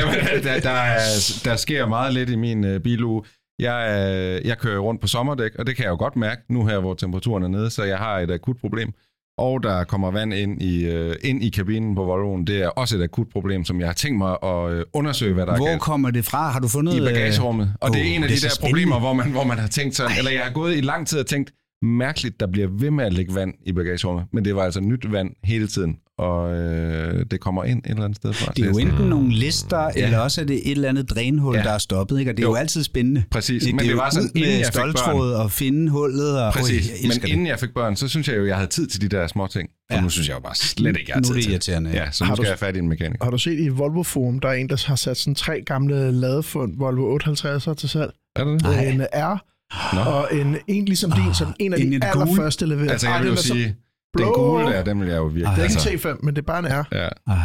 Jamen, der, der, er- der sker meget lidt i min øh, biluge. Jeg, øh, jeg kører jo rundt på sommerdæk, og det kan jeg jo godt mærke nu her, hvor temperaturen er nede, så jeg har et akut problem. Og der kommer vand ind i, øh, ind i kabinen på Volvoen. Det er også et akut problem, som jeg har tænkt mig at øh, undersøge, hvad der er Hvor galt kommer det fra? Har du fundet... i øh, bagagerummet. Og det er åh, en af det de er så der spændende. problemer, hvor man, hvor man har tænkt sådan, eller jeg har gået i lang tid og tænkt, mærkeligt, der bliver ved med at ligge vand i bagagerummet. Men det var altså nyt vand hele tiden, og øh, det kommer ind et eller andet sted fra. Det er jo sådan- enten nogle lister, ja. eller også er det et eller andet drænhul, ja. Ja. der er stoppet. Ikke? Og det er jo, Jo. jo altid spændende. Præcis, Ikke? men det var sådan, ud inden med jeg fik børn. stoltråd og finde hullet. Og, Præcis, Øj, jeg Ui, men elsker det. inden jeg fik børn, så synes jeg jo, jeg havde tid til de der små ting. Og Ja. nu synes jeg jo bare slet ikke, jeg har Nu er tid det til irriterende, ja. Ja, så nu Har du- skal jeg have fat i en mekaniker. Har du set i Volvo Forum, der er en, der har sat sådan tre gamle ladefund, Volvo 850'er til salg. Er det det? Nej. En R, Nå. Ah, og en, en ligesom din, som en af en i de det gule? allerførste leverede. Altså, jeg Ej, vil jo den er så- sige, den blå. gule der, den vil jeg jo virkelig. Det er altså, ikke en T5, men det er bare en R. ja. Ej.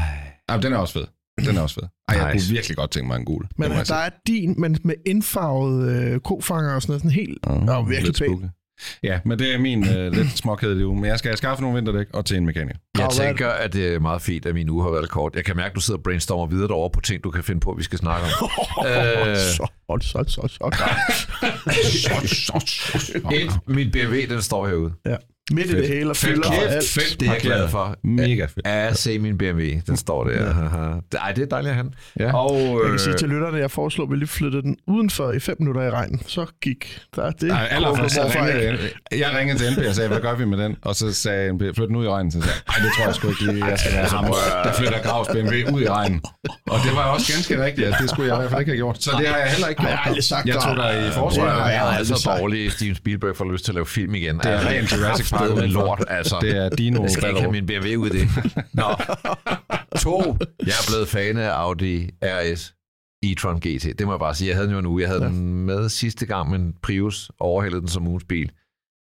Ej, men den er også fed. Den er også fed. Ej, jeg Nice. kunne virkelig godt tænke mig en gul. Men Det må jeg der er din, men med indfarvede øh, kofanger og sådan noget, sådan helt... sige. Nå, virkelig lidt pæn. spooky. Ja, men det er min øh, lidt småkedelige uge. Men jeg skal have skaffe nogle vinterdæk og til en mekaniker. Jeg Og hvad- tænker, at det er meget fint, at min uge har været kort. Jeg kan mærke, at du sidder og brainstormer videre derovre på ting, du kan finde på, vi skal snakke om. Øh. Så, så, så, så, Et, min BMW, den står herude. Midt i det hele, og Fedt, fylder og alt. kæft, fedt, det er jeg glad for. Mega fedt. Ja, se min BMW, den står der. Ja. Ej, det er dejligt at have den. Ja. Og, Jeg kan sige øh, til lytterne, jeg foreslår, at vi lige flyttede den udenfor i 5 minutter i regnen. Så gik der det. Nej, allerførst, Hvorfor jeg ikke? ringede, jeg ringede til NB og sagde, hvad gør vi med den? Og så sagde NB, flyt den ud i regnen. Så sagde jeg, "Ej, det tror jeg sgu ikke lige, jeg skal være sammen. Der flytter Gravs BMW ud i regnen. Og det var jo også ganske rigtigt, altså, det skulle jeg i hvert fald ikke have gjort. Så det har jeg heller ikke Har gjort. jeg aldrig sagt Jeg dig? tog dig i Det har forsvar. jeg har er aldrig altså sagt. dårlig. Steven Spielberg får lyst til at lave film igen. Det er rent Jurassic Park med udenfor. lort, altså. Det er Dino jeg skal ikke have min Ballerup. BMW ud i det. Nå. To. Jeg er blevet fan af Audi RS e-tron GT. Det må jeg bare sige. Jeg havde den jo en uge. Jeg havde ja. den med sidste gang, men Prius overhældede den som ugens bil.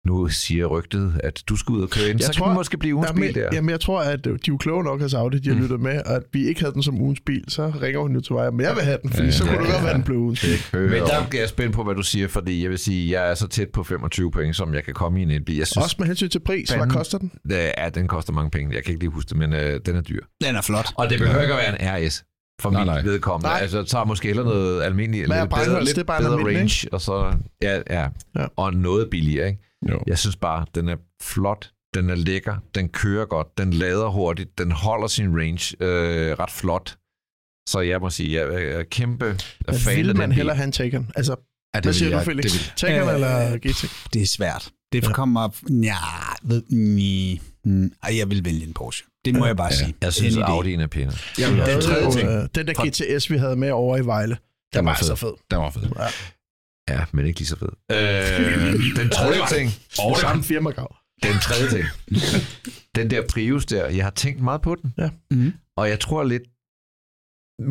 Nu siger rygtet, at du skal ud og køre ind. Jeg så tror- kan den måske blive ugens bil Jamen, der. jamen, jeg tror, at øh, de er jo kloge nok, at Audi de har lyttet med, og at vi ikke havde den som ugens bil, så ringer hun jo til mig, men jeg vil have den, fordi Ja, så ja, kunne det ja, godt være, ja. at den blev ugens bil. men der bliver jeg spændt på, hvad du siger, fordi jeg vil sige, jeg er så tæt på 25 point, som jeg kan komme i en elbil. Jeg synes, Også med hensyn til pris, hvad Fanden. koster den? øh, ja, den koster mange penge. Jeg kan ikke lige huske det, men øh, den er dyr. Den er flot. Og det behøver ikke at være en RS for Nej, nej, mit nej. nej. vedkommende. Nej. Nej. Altså, tager måske heller noget almindeligt, Hvad er lidt bedre, brandholds? Det lidt er bare en bedre almindelig, range, og så ja, ja. Ja. ja, og noget billigere. Ikke? Jo. Jeg synes bare, den er flot, den er lækker, den kører godt, den lader hurtigt, den holder sin range øh, ret flot. Så jeg må sige, jeg er- jeg er kæmpe Men fan af vil den man bil. hellere have en Taycan? Altså, Ja, det hvad vil siger du, jeg- Felix? det vil- Taycan Øh, eller GT? Det er svært. Det kommer... Ja, ved... Nja. Mm, Ej, jeg vil vælge en Porsche. Det må jeg bare sige. Jeg synes, Any at day. Audi'en er pænere. Jeg vil Den også- tredje tredje ting. øh, Den der GTS, vi havde med over i Vejle, den Den var var altså fed. Den var fed. Ja, men ikke lige så fed. Øh, den tredje ting. Og samme firmagrav. Den tredje ting. den der Prius der, jeg har tænkt meget på den. Ja. Mhm. Og jeg tror lidt,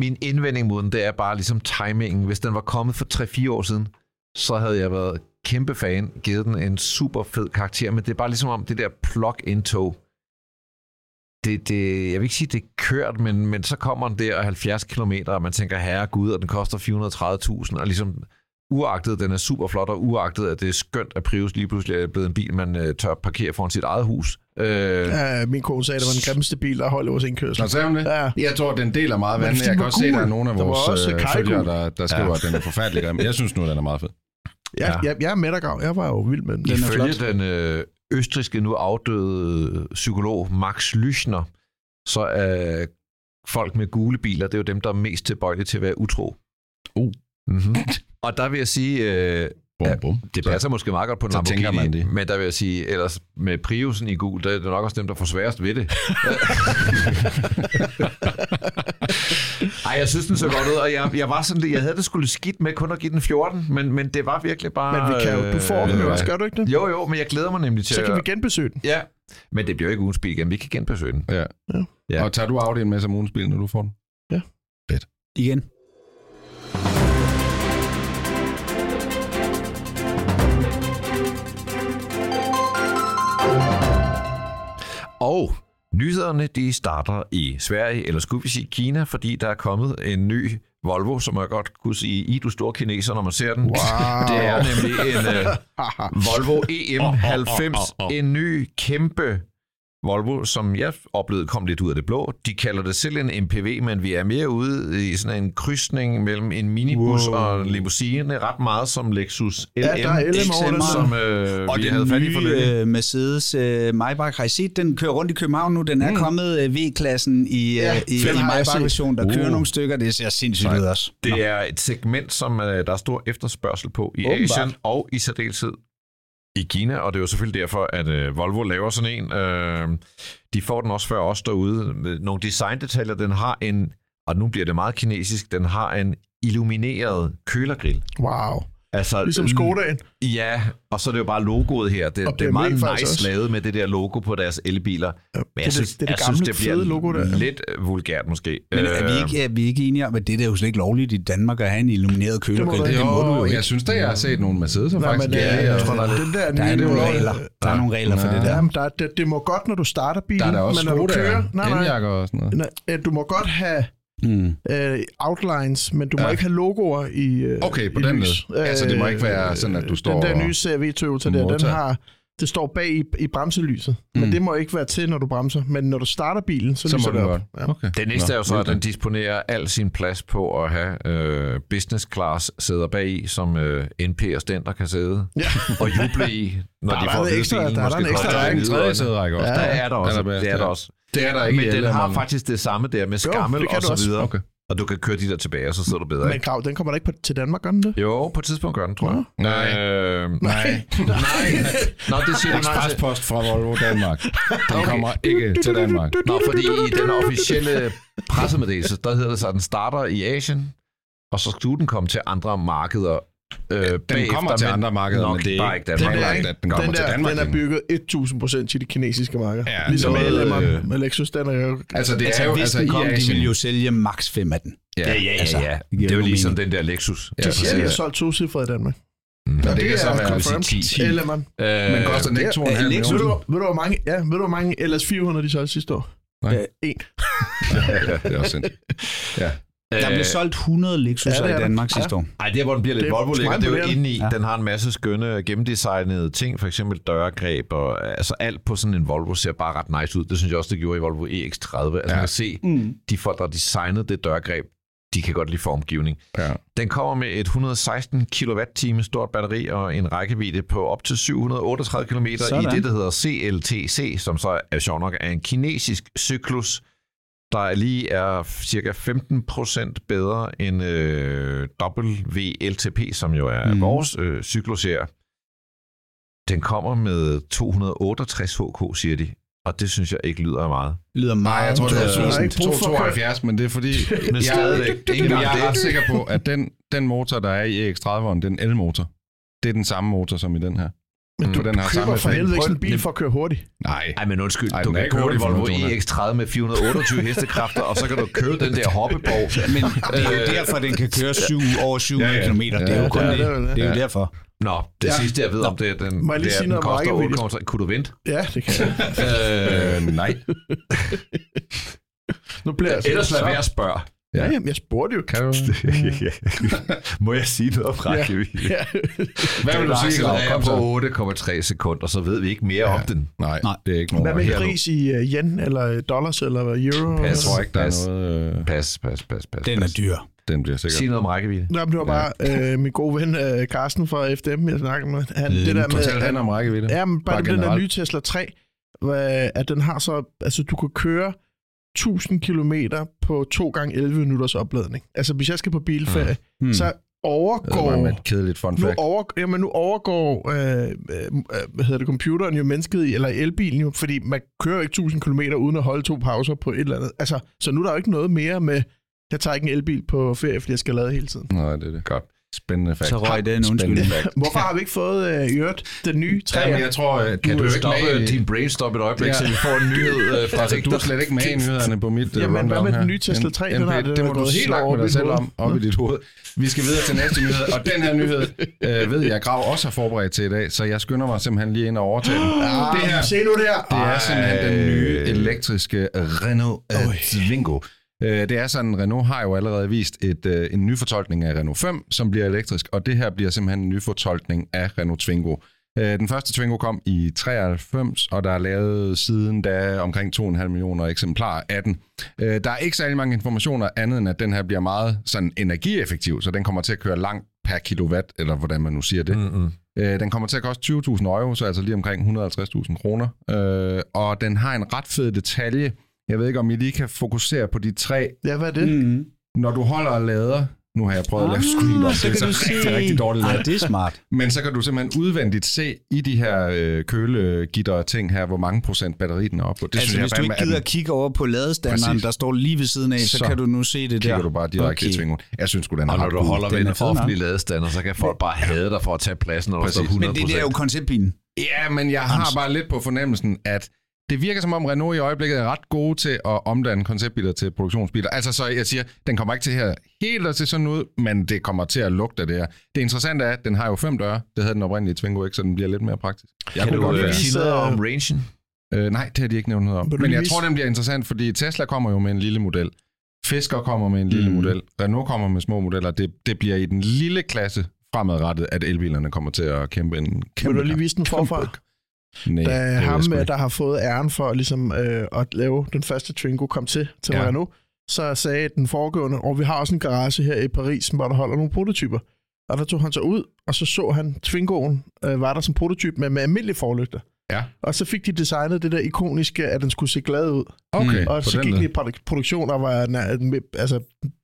min indvending mod den, det er bare ligesom timingen. Hvis den var kommet for 3-4 år siden, så havde jeg været kæmpe fan, givet den en super fed karakter, men det er bare ligesom om det der plug-in-tog, det, det, jeg vil ikke sige, det er kørt, men, men så kommer den der 70 km, og man tænker, herre gud, og den koster 430.000, og ligesom uagtet, den er super flot, og uagtet, at det er skønt, at Prius lige pludselig er blevet en bil, man øh, tør parkere foran sit eget hus. Øh, ja. Ja, min kone sagde, at det var den grimmeste bil, der holdt vores indkørsel. Nå, sagde hun det? Ja. Jeg tror, den deler meget Men vand. den Jeg kan var også se, gul. der er nogle af Der var vores også øh, kajgul. følgere, der, der skriver, at den er forfærdelig grim. Jeg synes nu, den er meget fed. Ja, jeg, jeg er med dig, Grav. Jeg var jo vild med den. Den er Ifølge flot. den øh, østriske nu afdøde øh, psykolog Max Lychner, så er folk med gule biler, det er jo dem, der er mest tilbøjelige til at være utro. Uh. Mm-hmm. Og der vil jeg sige, øh, Bum, Ja, bum. det Så- passer måske meget godt på en så Lamborghini, tænker man det. men der vil jeg sige, ellers med Priusen i gul, der er det nok også dem, der får sværest ved det. Ej, jeg synes, den så godt ud, og jeg, jeg, var sådan, lidt- jeg havde det skulle skidt med kun at give den 14, men, men det var virkelig bare... Men vi kan jo, du får den øh, jo også, gør du ikke det? jo, jo, men jeg glæder mig nemlig til Så at... kan vi genbesøge den. Ja, men det bliver jo ikke ugens bil igen. Vi kan genbesøge den. Ja. Ja. Ja. Og tager du Audi'en med som ugens bil, når du får den? Igen. Og nyhederne, de starter i Sverige, eller skulle vi sige Kina, fordi der er kommet en ny Volvo, som jeg godt kunne sige, i du store kineser, når man ser den. Wow. Det er øh, E Oh, nemlig en uh, Volvo EM90, en ny kæmpe Volvo, som jeg oplevede kom lidt ud af det blå. De kalder det selv en MPV, men vi er mere ude i sådan en krydsning mellem en minibus wow. Wow. og en limousine, ret meget som Lexus LM, Ja, der er LM over den. som øh, Og vi den havde fat i for nye nylig. øh, Mercedes øh, Maybach, har I set? Den kører rundt i København nu. Den er mm. kommet øh, V-klassen i, øh, Ja, i, i den har jeg Maybach-version. Der set. kører Uh. nogle stykker. Det ser sindssygt Nej. ud også. Det er et segment, som øh, der er stor efterspørgsel på i Åbenbart. Asien og i særdeleshed i Kina, og det er jo selvfølgelig derfor, at øh, Volvo laver sådan en. Øh, de får den også før os derude. Med nogle designdetaljer, den har en, og nu bliver det meget kinesisk, den har en illumineret kølergrill. Wow. Altså, Ligesom Skodaen. Ja, og så er det jo bare logoet her. Det, Og det er meget BMW nice faktisk også. lavet med det der logo på deres elbiler. Men det er det- det er det gamle, fede logo der. lidt øh, vulgært måske. Men er Øh. vi, ikke, er vi ikke enige om, at det der er jo slet ikke lovligt i Danmark at have en illumineret kølergrill? der Det, det må du jo jo, ikke. jeg synes da, jeg har set nogle Mercedes'er Nej, faktisk. men øh, ja, jeg og- tror, der er lidt. Den der, Der er nye, det nogle var- regler. Der er nogle regler for det der. Jamen, der, er- det, det må godt, når du starter bilen, Der er der også men når du Skoda, kører... Nej, nej, eljakker og sådan noget. nej, øh, du må godt have Mm. øh, outlines, men du må Hmm. Ja. ikke have logoer i øh, Okay, på i den lys. led. Ja, så det må ikke være sådan, at du Øh, står Den der og- nye CRV Toyota der, den modtager. Hmm. har... Det står bag i, i bremselyset, mm. men det må ikke være til, når du bremser. Men når du starter bilen, så, Så må lyser den det op. godt. Ja. Okay. Det næste Nå, er jo så, at vildt. den disponerer al sin plads på at have øh, business class sæder bag i, som øh, NP og stænder kan sidde Ja. og juble i, når Der de er får en at vide, ekstra- bilen der er måske en ekstra Der kommer er række. en videre. tredje sæderække også. Ja, Der er der også. Allerbedst, Det er der ja. også. Det er der ikke. i Men den alle har mange. faktisk det samme der med Jo, skammel det kan og du så også. videre. Okay. Og du kan køre de der tilbage, og så sidder du bedre. Men ikke? Grav, den kommer da ikke på, til Danmark, gør den det? Jo, på et tidspunkt gør den, tror jeg. Nej. Øh, Nej. nej. Nå, det siger du nej til. Eksprespost fra Volvo Danmark. Den Okay. kommer ikke til Danmark. Nå, fordi i den officielle pressemeddelelse, der hedder det så, at den starter i Asien, og så skulle den komme til andre markeder øh, Den bagefter, kommer til men andre markeder, nok men det er bare ikke ikke Danmark. Den, der, er ikke? ikke, at den kommer den, der, til Danmark. den er igen. bygget 1000% til de kinesiske marked. Ja, Ja, ligesom noget, alle øh, med Lexus, den er jo... Altså, det Altså, er jo hvis altså, den i kom, de Asien. ville jo sælge maks 5 af den. Ja, ja, altså, ja. ja. det giver Det er jo god ligesom mening. den der Lexus. De Ja, siger, de ja. Mm. har solgt to cifre i Danmark. Og det kan så være, hvis confirmed. det er 10. Eller man. Øh, Men koster den ikke 2,5 øh, millioner? Lexus- Ved du, ved du, hvor mange, ja, ved du, hvor mange LS 400 de solgte sidste år? Nej. Øh, En. Ja, ja, det er også sindssygt. Der blev Øh. solgt 100 Lexuser ja, det ja, er i der. Danmark Ja. sidste år. Ej, der hvor den bliver lidt Det er volvo ligger, meget det er jo imponerende. inde i. Ja. Ja. Den har en masse skønne, gennemdesignede ting, for eksempel dørgreb, og altså alt på sådan en Volvo ser bare ret nice ud. Det synes jeg også, det gjorde i Volvo EX30. Altså ja. man kan se, Mm. de folk, der designede det dørgreb, de kan godt lide formgivning. Ja. Den kommer med et 116 kWh stort batteri og en rækkevidde på op til 738 km i Sådan. det, der hedder CLTC, som så er sjov nok er en kinesisk cyklus, der lige er cirka 15% bedre end øh, WLTP, som jo er mm. Mhm. vores øh, cyklus her. Den kommer med 268 HK, siger de, og det synes jeg ikke lyder af meget. Lyder Nej, meget... jeg tror, det er er sådan sådan ikke brug for- 272, men det er fordi... Men stadigvæk, jeg, ikke engang jeg er det. ret sikker på, at den, den motor, der er i E EX30'eren, den elmotor, det er den samme motor som i den her. Men Mm. du Så den har køber samme for effekt. helvede ikke sådan en Prøv- bil for at køre hurtigt. Nej. Ej, men undskyld, Ej, Ej, du den er kan ikke købe en hurtig for Volvo noget, Tone. EX30 E med 428 hestekræfter, og så kan du købe den der øh, hoppeborg. Men det er jo derfor, den kan køre syv, over 700 Ja, ja. km. Det er Ja, jo kun ja, det. det er jo det. Det er jo Ja. derfor. Nå, det Ja. ja. sidste, jeg ved om det, er den, Må jeg lige det er, sige den noget om koster rækkevidde? 8,3. Kunne du vente? Ja, det kan jeg. Øh, Øh, nej. Nu bliver jeg ellers lad være at spørge. Ja, jamen, jeg spurgte jo. Kan du? Må jeg sige noget om rækkevidde? Ja. Hvad vil du sige, Grav? Den er Kom så. på 8,3 sekunder, så ved vi ikke mere ja. om den. Nej, Nej. det er ikke nogen. Hvad med her nu. pris i uh, yen, eller dollars, eller euro? Jeg Pas. tror ikke, der er Pas. noget... Øh, Pas, pas, pas, pas. Den er pas. dyr. den bliver sikkert. Sig noget om rækkevidde. Nå, men det var bare øh, min gode ven øh, Carsten fra FDM, jeg snakkede med. Han, det der med, Fortæl han om rækkevidde. Ja, men bare, Bare den der generelt. nye Tesla 3, hvad- at den har så, altså du kan køre 1000 km på 2 gange 11 minutters opladning. Altså hvis jeg skal på bilferie, Hmm. mm. så Det er overgår... bare med et kedeligt fun Nu, fact. over, jamen, nu overgår øh, øh, hvad hedder det, computeren jo mennesket i, eller elbilen jo, fordi man kører jo ikke 1000 km uden at holde to pauser på et eller andet. Altså, så nu er der jo ikke noget mere med, jeg tager ikke en elbil på ferie, fordi jeg skal lade hele tiden. Nej, det er det. Godt. Spændende fact. Så røg den undskyld. Spændende fact. Hvorfor har vi ikke fået øh, i øvrigt den nye 3? Jamen, jeg tror, at Kan du, er jo ikke stoppe med i- din brainstorm et øjeblik, Ja. ja. så vi får en nyhed øh, fra Altså, du er Richter? slet ikke med i nyhederne på mit øh, Jamen, hvad rundown med den her. nye Tesla 3? Den Jamen, har- det, den det er må du gået helt snakke over med dig mit selv hoved. om op i dit hoved. Vi skal videre til næste nyhed, og den her nyhed øh, ved jeg, Grav også har forberedt til i dag, så jeg skynder mig simpelthen lige ind og overtage den. Ah, det her, Se nu der! det er simpelthen den nye Ej. elektriske Renault øh, Twingo. Øh, Det er sådan, Renault har jo allerede vist et, øh, en nyfortolkning af Renault 5, som bliver elektrisk, og det her bliver simpelthen en nyfortolkning af Renault Twingo. Øh, Den første Twingo kom i 93, og der er lavet siden da omkring 2,5 millioner eksemplarer af den. Øh, Der er ikke særlig mange informationer andet end, at den her bliver meget sådan energieffektiv, så den kommer til at køre langt per kilowatt, eller hvordan man nu siger det. Mm-hmm. Øh, Den kommer til at koste 20.000 euro, så altså lige omkring 150.000 kroner. Øh, Og den har en ret fed detalje. Jeg ved ikke, om I lige kan fokusere på de tre. Ja, hvad er det? Mm. Mm. Når du holder og lader, nu har jeg prøvet at lave Ah, screen op, så det er kan så du rigtig, se. rigtig dårligt. Ej, lavet. det er smart. Men så kan du simpelthen udvendigt se i de her øh, kølegitter og ting her, hvor mange procent batteri den er oppe på. Det altså, hvis du fandme ikke gider at kigge over på ladestanderen, Præcis. der står lige ved siden af, så, Så så kan du nu se det kigger der. du bare direkte okay. i tvingoen. Jeg synes sgu, den er Og når ret du god. holder den ved er en fed nok. offentlig ladestander, så kan folk bare hade dig for at tage pladsen, når der står Præcis. 100%. Men det der er jo konceptbilen. Ja, men jeg har bare lidt på fornemmelsen, at det virker som om Renault i øjeblikket er ret gode til at omdanne konceptbiler til produktionsbiler. Altså så jeg siger, den kommer ikke til her helt at se sådan ud, men det kommer til at lugte af det her. Det interessante er, at den har jo fem døre. Det havde den oprindelige Twingo ikke, så den bliver lidt mere praktisk. Jeg kan kunne du godt øh, lide- sige noget om rangen? Øh, nej, det har de ikke nævnt noget Vil om. du Men lige jeg vise- tror, den bliver interessant, fordi Tesla kommer jo med en lille model. Fisker kommer med en lille Mm. mm. model. Renault kommer med små modeller. Det, det bliver i den lille klasse fremadrettet, at elbilerne kommer til at kæmpe en Vil kæmpe du lige vise den forfra? kamp. Nej, Da det ved jeg ham, sgu ikke. der har fået æren for ligesom, øh, at lave den første Twingo, kom til, til Ja. ja. Renault, så sagde den foregående, og vi har også en garage her i Paris, hvor der holder nogle prototyper. Og der tog han så ud, og så så han Twingoen, øh, var der som prototype, men med almindelige forlygter. Ja. Og så fik de designet det der ikoniske, at den skulle se glad ud. Okay, og på så den gik led. den i produ- produktion, og var, nær- altså,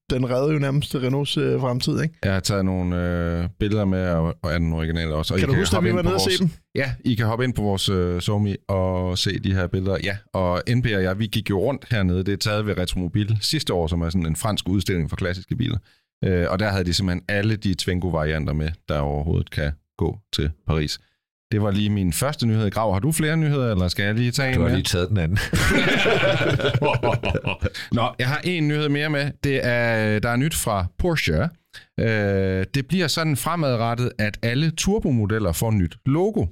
den reddede jo nærmest Renaults øh, fremtid, ikke? Jeg har taget nogle øh, billeder med og, og af den originale også. Og Kan I du huske, at hoppe vi ind var på nede og vores- se dem? Ja, I kan hoppe ind på vores øh, Somi og se de her billeder. Ja, og NP og jeg, vi gik jo rundt hernede. Det er taget ved Retromobil sidste år, som er sådan en fransk udstilling for klassiske biler. Øh, og der havde de simpelthen alle de Twingo-varianter med, der overhovedet kan gå til Paris. Det var lige min første nyhed i Grav. Har du flere nyheder, eller skal jeg lige tage Du en har mere? lige taget den anden. Nå, jeg har en nyhed mere med. Det er, der er nyt fra Porsche. Øh, det bliver sådan fremadrettet, at alle turbomodeller får nyt logo.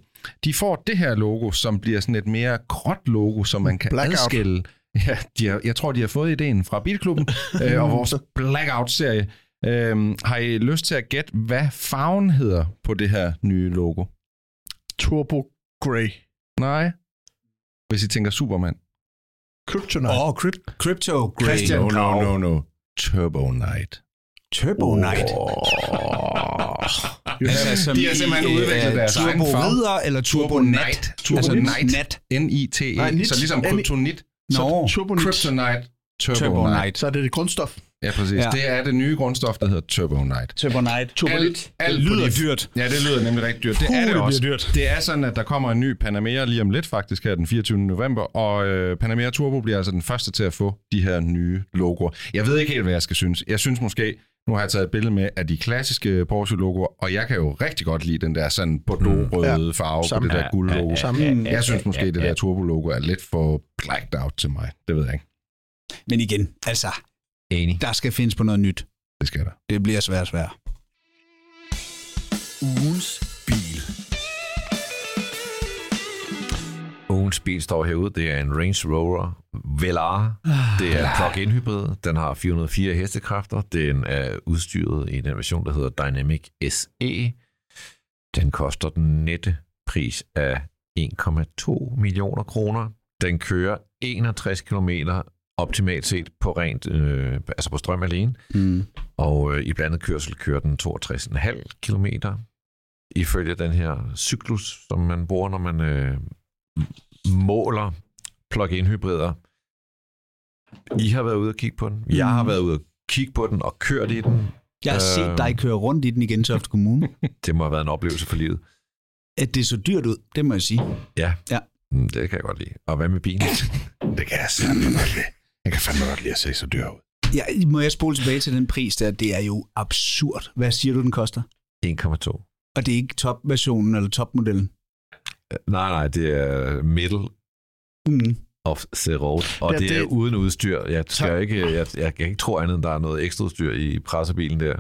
De får det her logo, som bliver sådan et mere gråt logo, som man kan Blackout. adskille. Ja, de har, jeg tror, de har fået ideen fra Bilklubben øh, og vores Blackout-serie. Øh, har I lyst til at gætte, hvad farven hedder på det her nye logo? Turbo Grey. Nej. Hvis I tænker Superman. Kryptonite. Åh, oh, crypt- Crypto Grey. no, no, no, no. Turbo Knight. Turbo Knight. Altså, som De har simpelthen i, øh, udviklet deres egen Turbo farve. Ridder eller Turbo Nat? Turbo altså, Knight. Nat. N-I-T-E. Nej, nit. så ligesom N-I- kryptonit. Nå, Så Turbonit. Kryptonite. Turbo, Turbo Knight. Knight. Så er det det grundstof. Ja, præcis. Ja. Ja. Det er det nye grundstof, der hedder Turbo Knight. Turbo Knight. Alt, alt Det lyder på de- dyrt. Ja, det lyder nemlig rigtig dyrt. Det Puh, er det, det også. bliver dyrt. Det er sådan, at der kommer en ny Panamera lige om lidt faktisk her den 24. november, og øh, Panamera Turbo bliver altså den første til at få de her nye logoer. Jeg ved ikke helt, hvad jeg skal synes. Jeg synes måske, nu har jeg taget et billede med af de klassiske Porsche-logoer, og jeg kan jo rigtig godt lide den der sådan Mm. bordeaux-røde farve på Samme. det der guldlogo. Samme. Jeg synes måske, det der Turbo-logo er lidt for blacked out til mig. Det ved jeg ikke. Men igen, altså, Enig. der skal findes på noget nyt. Det skal der. Det bliver svært og svært. Ugens bil. Ugens bil står herude. Det er en Range Rover Velar. Det er Ah. en plug-in hybrid. Den har 404 hestekræfter. Den er udstyret i den version, der hedder Dynamic SE. Den koster den nette pris af 1,2 millioner kroner. Den kører 61 km optimalt set på rent, øh, altså på strøm alene. Mm. Og øh, i blandet kørsel kører den 62,5 km. Ifølge den her cyklus, som man bruger, når man øh, m- måler plug-in hybrider. I har været ude og kigge på den. Jeg har Mhm. været ude og kigge på den og kørt i den. Jeg har set Øhm. dig Øh. køre rundt i den i Gentofte Kommune. Det må have været en oplevelse for livet. At det så dyrt ud, det må jeg sige. Mm, Det kan jeg godt lide. Og hvad med bilen? Det kan jeg simpelthen godt lide. Jeg kan fandme godt lide at se så dyr ud. Ja, må jeg spole tilbage til den pris der? Det er jo absurd. Hvad siger du, den koster? 1,2. Og det er ikke topversionen eller topmodellen. Øh, Nej, nej, det er middle Mm. of the road. Og ja, Ja, det, det er det- uden udstyr. Jeg, skal ikke, jeg, jeg kan ikke tro andet, end der er noget ekstra udstyr i pressebilen der.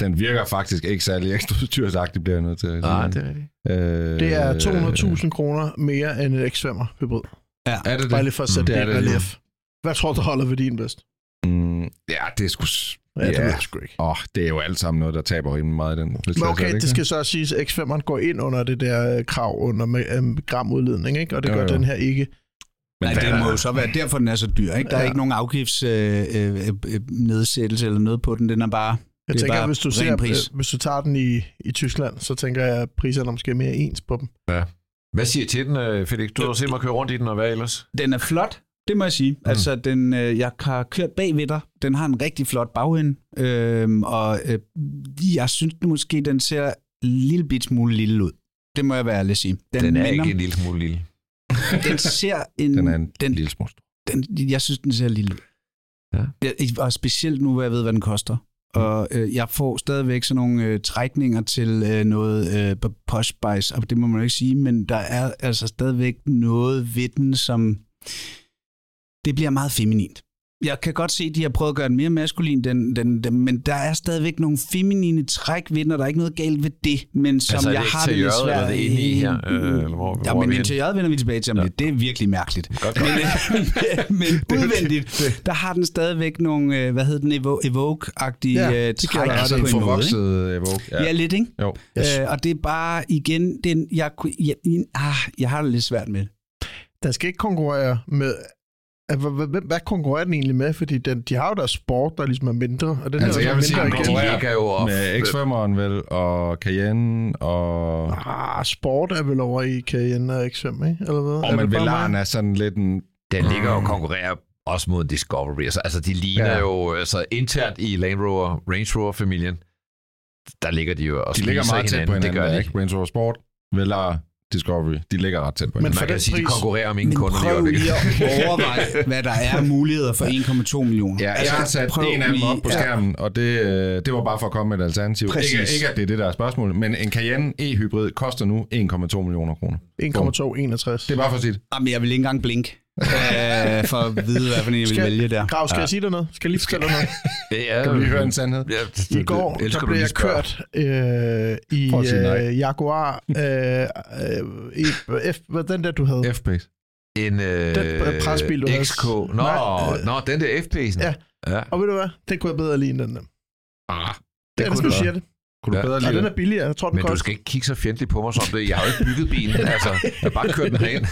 Den virker faktisk ikke særlig ekstra dyrsagtig, bliver jeg nødt til at sige. Nej, det er rigtigt. Øh, Det er 200.000 kroner mere end en X5'er hybrid. Er det Bare det? lige for at sætte Mm. det Det er i det, relief. Hvad tror du, der holder ved din bedst? Mm, ja, det er sgu... s- Ja, det Ja. ved jeg sgu ikke. Åh, oh, det er jo alt sammen noget, der taber rimelig meget i den. Men prisklasse, er okay, det ikke skal så også siges, at X5'eren går ind under det der øh, krav under med, øhm, gramudledning, ikke? og det Jo, gør jo. den her ikke. Men Nej, hvad det er- må jo så være derfor, den er så dyr. Ikke? Der er Ja. ikke nogen afgiftsnedsættelse øh, øh, øh, nedsættelse eller noget på den. Den er bare... Jeg Det er tænker, bare hvis du, ren ser, pris. øh, hvis du tager den i, i Tyskland, så tænker jeg, at priserne er måske mere ens på dem. Hvad siger I til den, øh, Felix? Du har jo set mig køre rundt i den, og hvad ellers? Den er flot, det må jeg sige. Mm. Altså, den, øh, jeg har kørt bagved dig. Den har en rigtig flot bagende. Øhm, og øh, jeg synes nu måske, den ser en lille bit smule lille ud. Det må jeg være ærlig at sige. Den, den er minder- ikke en lille smule lille. Den ser en... Den er en den, den, lille smule stor. den, jeg synes, den ser lille ud. Ja. Mm. Ja, og specielt nu, hvor jeg ved, hvad den koster. Og øh, jeg får stadigvæk sådan nogle øh, trækninger til øh, noget øh, postbejs, og det må man jo ikke sige, men der er altså stadigvæk noget ved den, som... Det bliver meget feminint. Jeg kan godt se, at de har prøvet at gøre den mere maskulin, den, den, den, men der er stadigvæk nogle feminine træk ved den, og der er ikke noget galt ved det, men som Altså, er det jeg har det lidt eksteriøret, svært... eller er det inde i her? Øh, eller hvor- hvor ja, er men vi henne? interiøret vender vi tilbage til om Ja. lidt. Det er virkelig mærkeligt Godt, godt. men, men udvendigt, der har den stadigvæk nogle, øh, hvad hedder den, Evo- Evoke-agtige Ja, ja, det giver træk dig ret Altså på en en måde. Ikke? forvokset Evoke. Ja. Ja. ja, lidt, ikke? Jo. Øh, og det er bare, igen, den, jeg, kunne- jeg, jeg, ah, jeg har det lidt svært med. det. Den skal ikke konkurrere med... at hva- hva- Hvem, hvad konkurrerer den egentlig med? Fordi den, de har jo deres sport, der ligesom er mindre. Og den Altså, her, jeg er vil mindre sige, den igen. konkurrerer ligger jo op. Med X5'eren vel, og Cayenne, og... Ah, sport er vel over i Cayenne og X5, ikke? Eller hvad? Og Er men det bare Velaren mig? er sådan lidt en... Den ligger og konkurrerer også mod Discovery. Altså, altså de ligner Ja. ja. jo altså, internt i Land Rover, Range Rover-familien. Der ligger de jo og De ligger spiser meget tæt hinanden. på hinanden, det gør der, de. ikke? Range Rover Sport, Velar, Discovery, de ligger ret tæt på Men hinanden. for Man kan den sige, at de pris- konkurrerer om ingen Men kunder. i prøv øjeblikket. lige at overveje, hvad der er af muligheder for 1,2 millioner. Ja, altså, jeg har sat prøv en af dem lige- op på skærmen, ja. og det, øh, det var bare for at komme med et alternativ. Præcis. Ikke, ikke, at det er det, der er spørgsmålet, men en Cayenne E-hybrid koster nu 1,2 millioner kroner. 1,2, 61. Det er bare for at sige det. Jamen, Ah, jeg vil ikke engang blinke, øh, for at vide, hvad for en jeg vil Skal- vælge der. Grav, skal ja. jeg sige dig noget? Skal jeg lige fortælle dig noget? Det er, Kan vi lige høre en sandhed? Ja, det- I går, det- elsker der du blev lige jeg spørger. kørt øh, i Prøv at sige nej. øh, Jaguar. Øh, øh, i, F, hvad den der, du havde? F-Pace. En øh, Den presbil, du havde- XK. Nå, Nej, øh. nå, den der Ah. FP'sen. Ja. ja. Og ved du hvad? Den kunne jeg bedre lide end den der. Ah, Det er det, du siger det. Kunne du Ja. bedre Og lide den det? er billigere. Jeg tror, den Men du koster. skal ikke kigge så fjendtligt på mig som det. Jeg har jo ikke bygget bilen. Altså, jeg har bare kørt den herind.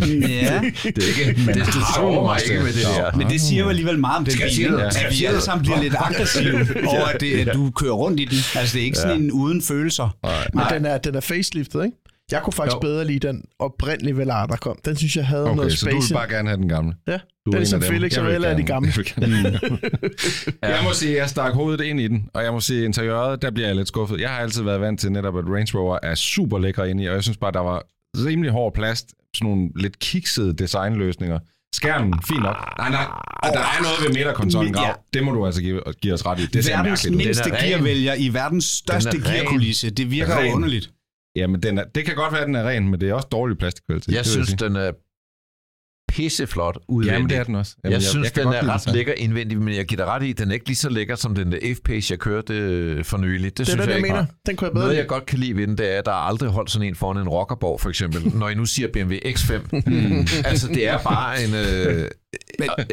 Ja, Det er ikke, det, du har sover du mig også ikke det? med det Nå. der. Men det siger jo alligevel meget om den Ah. Skal jeg bil, sige ikke? noget? Skal at jeg vi sige alle noget? sammen bliver lidt aggressive over, at, det, at du kører rundt i den. Altså, det er ikke sådan en uden følelser. Men den er, den er faceliftet, ikke? Jeg kunne faktisk jo. Jo. bedre lide den oprindelige Velar, der kom. Den synes jeg havde okay, Okay, noget så du space. vil i. bare gerne have den gamle. Ja, Du det er en ligesom af dem. Felix Jeg og vil Ella er de gamle. gerne- Jeg, vil gerne. jeg må sige, at jeg stak hovedet ind i den, og jeg må sige, at interiøret, der bliver jeg lidt skuffet. Jeg har altid været vant til netop, at Range Rover er super lækker inde i, og jeg synes bare, der var rimelig hård plast, sådan nogle lidt kiksede designløsninger. Skærmen, fint nok. Nej, nej. Og der er noget ved midterkonsollen, Men ja. ja. Det må du altså give, give os ret i. Det ser Verdens mærkeligt ud. mindste Den er ren. gearvælger i verdens største Den er ren. gearkulisse. Det virker Ren. jo underligt. Jamen, den er, det kan godt være, at den er ren, men det er også dårlig plastikkvalitet. Jeg det vil synes, sige. den er pisseflot Jamen, udvendigt. det er den også. Jamen, Jeg, jeg synes, jeg kan den godt lide er ret selv. lækker indvendig, men jeg giver dig ret i, den er ikke lige så lækker som den der F-Pace, jeg kørte øh, for nylig. Det, Det er synes den, jeg jeg ikke mener. var. Den kunne jeg bedre Noget, lide. jeg godt kan lide ved den, det er, at der er aldrig holdt sådan en foran en rockerborg, for eksempel. Når I nu siger BMW X5. altså, det er bare en, øh,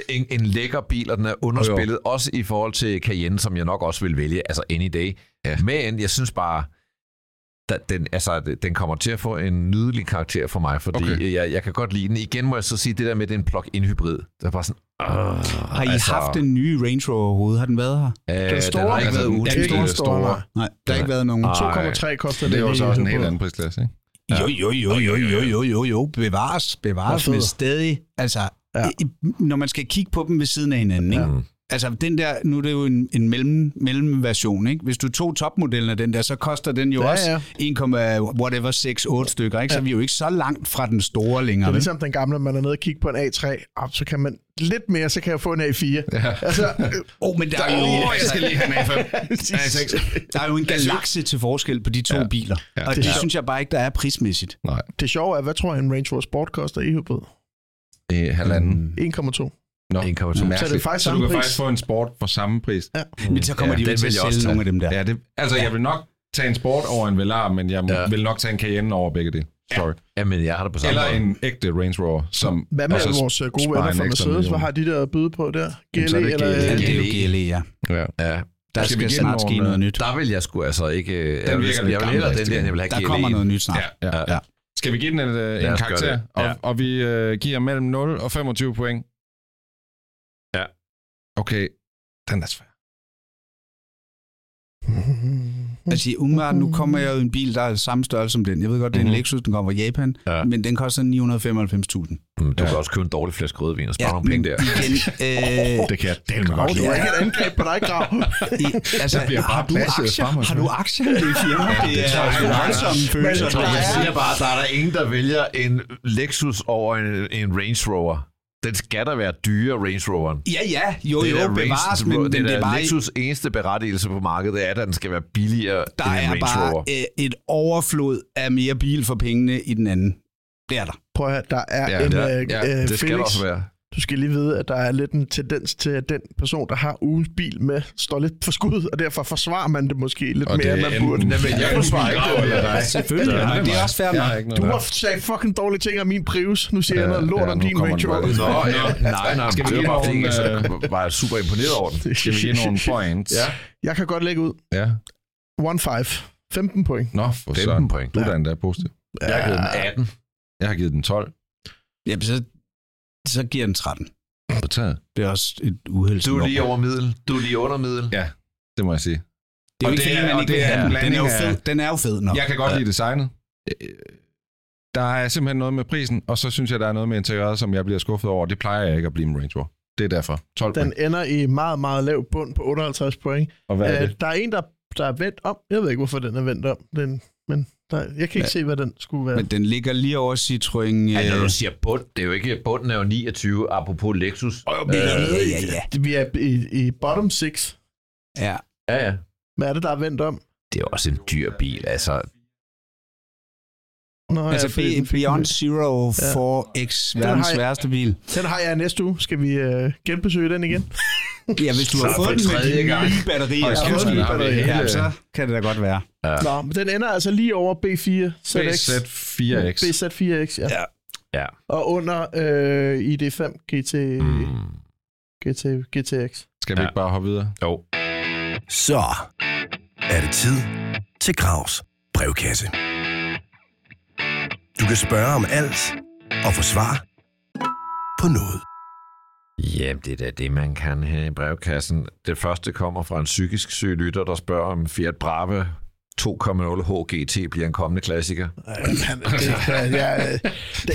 en, en lækker bil, og den er underspillet, også i forhold til Cayenne, som jeg nok også vil vælge, altså any day. Ja. Men jeg synes bare, der, den, altså, den kommer til at få en nydelig karakter for mig, fordi Okay. okay. jeg, jeg kan godt lide den. Igen må jeg så sige, det der med, den plug-in hybrid, der er bare sådan... Øh, Har I altså, haft den nye Range Rover overhovedet? Har den været her? Øh, Den store, den har ikke altså, været den ugen. er ikke den store. store. nej. Nej, der har ikke været nogen. Ah. 2,3 koster Det er jo lige så også en på. helt anden prisklasse, ikke? Jo, jo, jo, jo, jo, jo, jo, jo. Bevares, bevares, Hvor fed. men stadig. Altså, Ja. ja. når man skal kigge på dem ved siden af hinanden, ikke? Ja. Altså den der, nu er det jo en, en mellem, mellemversion, ikke? Hvis du tog topmodellen af den der, så koster den jo Ja, ja, også ja. ja. 1, whatever 6, 8 stykker, ikke? Så vi er jo ikke så langt fra den store Det længere. er vel? ligesom den gamle, man er nede og kigge på en A3. Ah, så kan man lidt mere, så kan jeg få en A4. Ja. Altså, Åh, oh, men der er, jo, Åh, jeg altså, skal lige have en A5. præcis. A6. der er jo en galakse til forskel på de to ja. biler. Ja, og det er ja. sjovt. synes jeg bare ikke, der er prismæssigt. Nej, det sjove er, hvad tror jeg, en Range Rover Sport koster i hybrid? øh, halvanden. Mm. 1,2. Nå. 1,2. Så, Så det er faktisk så du samme kan pris. faktisk få en sport for samme pris. Ja. Men så kommer Ja, ja, de jo den til at vil jeg også sælge tage. nogle af dem der. Ja, det, altså, jeg vil nok tage en sport over en Velar, men jeg Ja. ja. vil nok tage en Cayenne over begge det. Sorry. Jamen, jeg har det på samme Eller måde. en ægte Range Rover, som... Hvad med og så- vores øh, gode sparer venner en fra ekstra Mercedes? Hvad million. har de der at byde på der? Jamen, så er GLE det E. eller... GLE. Ja, øh, det er jo GLE, ja. Ja. Ja, Der Skal E. skal, vi skal igen snart over ske med- noget nyt. der vil jeg sgu altså ikke... Den jeg, vil, virker lidt jeg vil hellere gammeldags, den det der, der. jeg vil have E. Der GLE. kommer noget nyt snart. Ja, ja, Ja. ja. Skal vi give den en, øh, Lad en os gøre karakter? det. Og, Ja. og vi øh, giver mellem 0 og 25 point. Ja. Okay, den er svær. Altså umiddelbart, nu kommer jeg jo i en bil, der er samme størrelse som den. Jeg ved godt, det er en Mhm. Lexus, den kommer fra Japan, Ja. ja. men den koster 995.000. Mm, Du Ja. kan også købe en dårlig flaske rødvin og spare nogle men penge der. igen, øh, Det kan jeg dælme godt Det var ikke et angreb på dig, Grav. i, altså, Jeg bliver bare har, du blastet aktier, frem og har du aktier i det firma? Ja, det det tror er jeg altså ikke, nej. voldsomme følelser. Så der jeg er. siger bare, der er der ingen, der vælger en Lexus over en, en Range Rover. Den skal da være dyre, Range Roveren. Ja, ja, jo, det jo, der bevares, Range, men, det, men der det er bare... Lexus eneste berettigelse på markedet er, at den skal være billigere Der end en er Range Rover. bare øh, et overflod af mere bil for pengene i den anden. Det er der. Prøv at høre, der er Ja, en der- øh, ja, øh, det skal der Felix. også være. Du skal lige vide, at der er lidt en tendens til, at den person, der har ugens bil med, står lidt for skud, og derfor forsvarer man det måske lidt Og det mere, end er man enten- burde. Jamen, jeg forsvarer ikke det, eller dig. Selvfølgelig, Ja, ja, men det er også fair Jeg nok. har ikke Du noget har der. sagt fucking dårlige ting om min Prius. Nu siger jeg Ja, noget lort ja, om nu din kommer Range den Rover. bare Nå, ja, nej, nej, Skal vi det var give bare fordi, nogen, jeg så var jeg super imponeret over den. Skal vi give nogle points? Ja. Jeg kan godt lægge ud. ja. 1-5. 15 point. Nå, for 15 søren. point. Du er da endda positiv. Jeg har givet den 18. Jeg har givet den 12 Jamen, så, så giver den 13. på taget. Det er også et uheld. Du er lige over middel. Du er lige under middel. Ja. Det må jeg sige. Det er jo Og ikke det fordi, er- man og ikke det vil er have en den. Den er jo blanding fed, af- den er jo fed nok. Jeg kan godt lide designet. Øh, Der er simpelthen noget med prisen, og så synes jeg, der er noget med interiøret, som jeg bliver skuffet over. Det plejer jeg ikke at blive en Range Rover. Det er derfor. 12 Den point. ender i meget, meget lav bund på 58 point. Og hvad er Øh, det? Der er en, der, der er vendt om. Jeg ved ikke, hvorfor den er vendt om. Den, men der, jeg kan ikke se, hvad den skulle være. Men den ligger lige over Citroën. Øh, Ja, når du siger bund, det er jo ikke, bunden er jo 29, apropos Lexus. ja, ja, ja, ja. Vi er i, i bottom 6. ja. Ja, ja. Hvad er det, der er vendt om? Det er jo også en dyr bil, altså. Nå, ja, Altså fordi den- Be- Beyond Zero 4X, verdens har jeg- sværeste bil. Den har jeg næste uge. Skal vi øh, genbesøge den igen? Ja, hvis du Så har for fået den med tredje de gang. nye batterier, Hold så, kæft, den ja, har vi hele- ja, så kan det da godt være. Nå, men den ender altså lige over B4 ZX. BZ4X. BZ4X, ja. Ja. Ja. Og under øh, ID5 GT, mm. Mm. GT, GTX. Skal vi ikke bare hoppe videre? Jo. Så er det tid til Gravs brevkasse. Du kan spørge om alt og få svar på noget. Jamen, det er da det, man kan her i brevkassen. Det første kommer fra en psykisk syg lytter, der spørger, om Fiat Brave 2.0 HGT bliver en kommende klassiker. Ej, man, det, ja, det,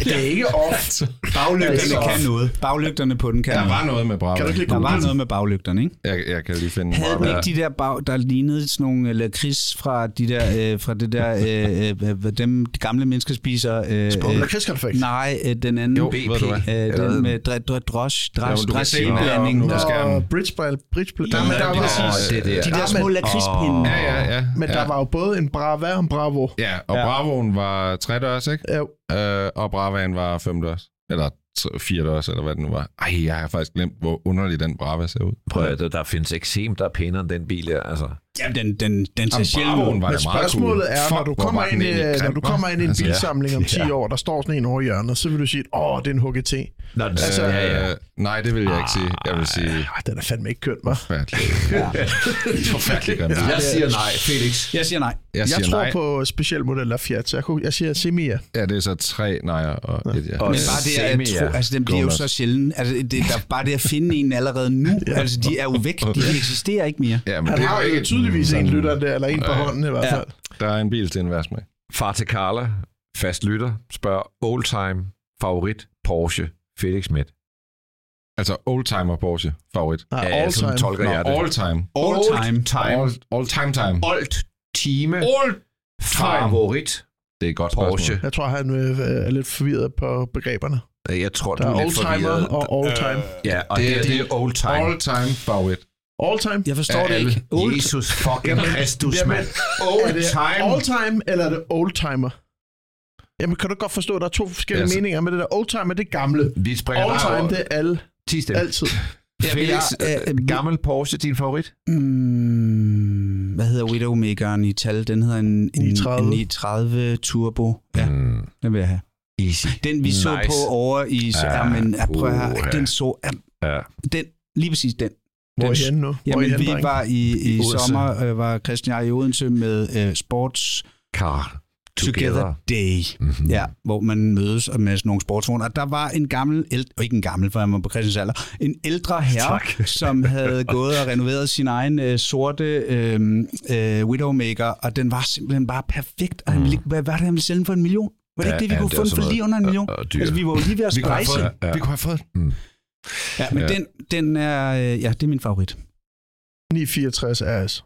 det, er ikke off. Baglygterne Altså- kan noget. Baglygterne på den kan Der noget. var noget med Bravo. Kan du ikke lige Der var Google noget med baglygterne, ikke? Jeg, jeg kan lige finde Havde den Bravo. ikke de der bag, der lignede sådan nogle øh, lakrids fra, de der, øh, fra det der, øh, øh, hvad dem de gamle mennesker spiser? Øh, Eller øh, krigskonflikt. nej, øh, den anden. Jo, øh, ved du hvad? den med dr- dr- drosh, Ja, men drosh, du kan se den dressingblandingen. deroppe nu. skærmen. Bridge by, bridge by. Der, men der, var, var, det der. De der Ja, små men- lakridspinde. Ja, ja, ja. men ja. der var jo både en Brava og en Bravo. Ja, og Ja. Bravoen var tredørs, ikke? Ja, Øh, og Bravaen var femdørs. Eller t- firedørs, eller hvad det nu var. Ej, jeg har faktisk glemt, hvor underlig den Brava ser ud. Prøv at, der, der findes ikke sem, der er pænere end den bil der. Altså, Jamen, den, den, den ser Jamen, sjældent Bravoen ud. var men da meget spørgsmålet cool. er, Fuck, når du hvor kommer var den ind, i, egentlig grim, når du hva'? kommer ind i en Altså, ja. bilsamling om 10 Ja. år, der står sådan en over hjørnet, så vil du sige, åh, det er en HGT. Nå, den, Altså, altså, ja, ja. øh, nej, det vil jeg ikke sige. Jeg vil sige Ej, den er fandme ikke kønt, hva'? forfærdelig. forfærdelig grim. Ja. Jeg siger nej, Felix. Jeg siger nej. Jeg Jeg, jeg siger tror nej. på øh, speciel model af Fiat, så jeg, kunne, jeg siger Semia. Ja, det er så tre nejer og et ja. Og- Men bare det at Semi, tro, ja. altså den bliver jo Godt så nok. sjældent. Altså det, der, bare det at finde en allerede nu, altså de er jo væk, de eksisterer ikke mere. Ja, men Han det er har jo jo ikke tydeligvis en lytter der, eller en på Ja. hånden i hvert Ja. fald. Der er en bil til enhver smag. Far til Carla, fast lytter, spørger oldtime favorit Porsche Felix Schmidt. Altså oldtimer Porsche favorit. Nej, Ja, all sådan time. tolker Nå, jeg det. all time. All time. time. All, all time time. Old time All favorit Det er et godt Porsche. spørgsmål. Jeg tror, han øh, er lidt forvirret på begreberne. Øh, Jeg tror, du Der er er lidt oldtimer forvirret. og all time. Ja, og Det det, er- det, det er old time. All time favorit. All time? Jeg forstår Ja, det Øh, alle. ikke. Old Jesus fucking Kristus, Jamen, mand. Old Er det time. all time, eller er det old timer? Jamen, kan du godt forstå, at der er to forskellige Ja, så- meninger med det der. Old timer, det er gamle. Vi springer All dig time, over. det er alle, 10 stemmer. altid. Felix, jeg, øh, øh, gammel Porsche, din favorit? Mm, hvad hedder Widowmakeren i tal? Den hedder en, en 930. en 930 Turbo. Ja, Mm, den vil jeg have. easy. Den vi nice. så Nice. på over i... Ja, ja men ja, prøv at høre, uha. den så... Ja, Ja. den, lige præcis den. Hvor er Den- I henne nu? Hvor er I Jamen, henne, vi drenge? var i, i Odense. sommer, øh, var Christian og jeg i Odense med øh, Sports Car Together, Together. Day. Mm-hmm. Ja, hvor man mødes og med sådan nogle sportsvogne. Og der var en gammel, el- og ikke en gammel, for han var på Christians alder, en ældre herre, tak. som havde gået og renoveret sin egen øh, sorte øh, øh, Widowmaker, og den var simpelthen bare perfekt. Og han ville, ikke- hvad var det, han ville sælge den for en million? Var Mm. det Ja, ikke det, vi ja, kunne det få var den sådan for lige noget, under en million? og- og dyr. altså, vi var jo lige ved at Vi kunne have sprejse. fået, Ja, ja. vi kunne have fået den. Ja, men Ja. den, den er, øh, ja, det er min favorit. 964 RS.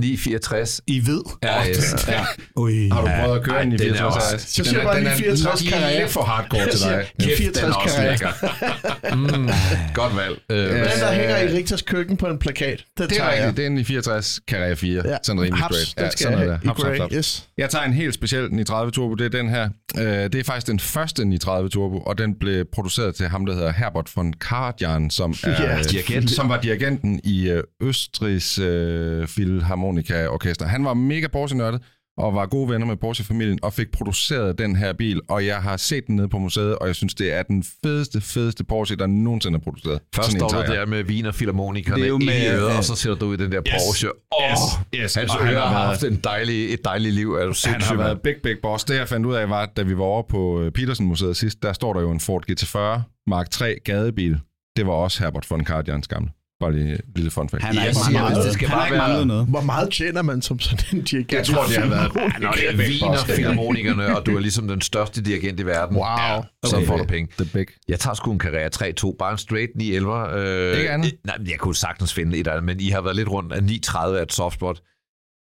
964 I ved. RS. Ja, Ui. Har du prøvet at køre Ej, den i den er 64 også- RS? Så siger jeg bare den er- lige 64 den er karriere. lidt for hardcore til dig. Jeg siger, Ja. 64 den er også karat. lækker. mm, godt valg. Øh, Ja. Den, hvad- der hænger i Richters køkken på en plakat, den Det er tager jeg. rigtigt, det er en i 64 Carrera 4. Ja. Ja. Sådan rimelig Haps, straight. den skal sådan jeg er have. det. Haps, I haps, grey, haps. Yes. Jeg tager en helt speciel 930 Turbo, det er den her. Øh, Det er faktisk den første 930 Turbo, og den blev produceret til ham, der hedder Herbert von Karajan, som, er, Ja. Dirigent. som var dirigenten i øh, Østrigs øh, Philharmonica Orkester. Han var mega Porsche-nørdet, og var gode venner med Porsche-familien, og fik produceret den her bil, og jeg har set den nede på museet, og jeg synes, det er den fedeste, fedeste Porsche, der nogensinde er produceret. Først Sådan en står du tager der jeg. med vin og filharmonikerne Det er jo i med, øret, øh, og så sætter du ud i den der Porsche. Åh, Yes, yes. Hans og han ører har har været- haft en dejlig, et dejligt liv. Er du Han har sindssyg, været mand? big, big boss. Det, jeg fandt ud af, var, at da vi var over på øh, Petersen-museet sidst, der står der jo en Ford GT40 Mark 3 gadebil. Det var også Herbert von Karajan gamle. Bare lige et lille fun fact. Han har Jeg ikke siger, manglet, hvis det skal han har bare ikke manglet være- noget. Hvor meget tjener man som sådan en dirigent? Jeg tror, det har været... Nå, det er big viner boss, det der. filharmonikerne, og du er ligesom den største dirigent i verden. Wow. Ja, så Okay. får du penge. The big. Jeg tager sgu en Carrera 3-2, bare en straight 9 11 øh, Ikke andet? øh, Nej, men jeg kunne sagtens finde et eller andet, men I har været lidt rundt af 9.30 af et softspot.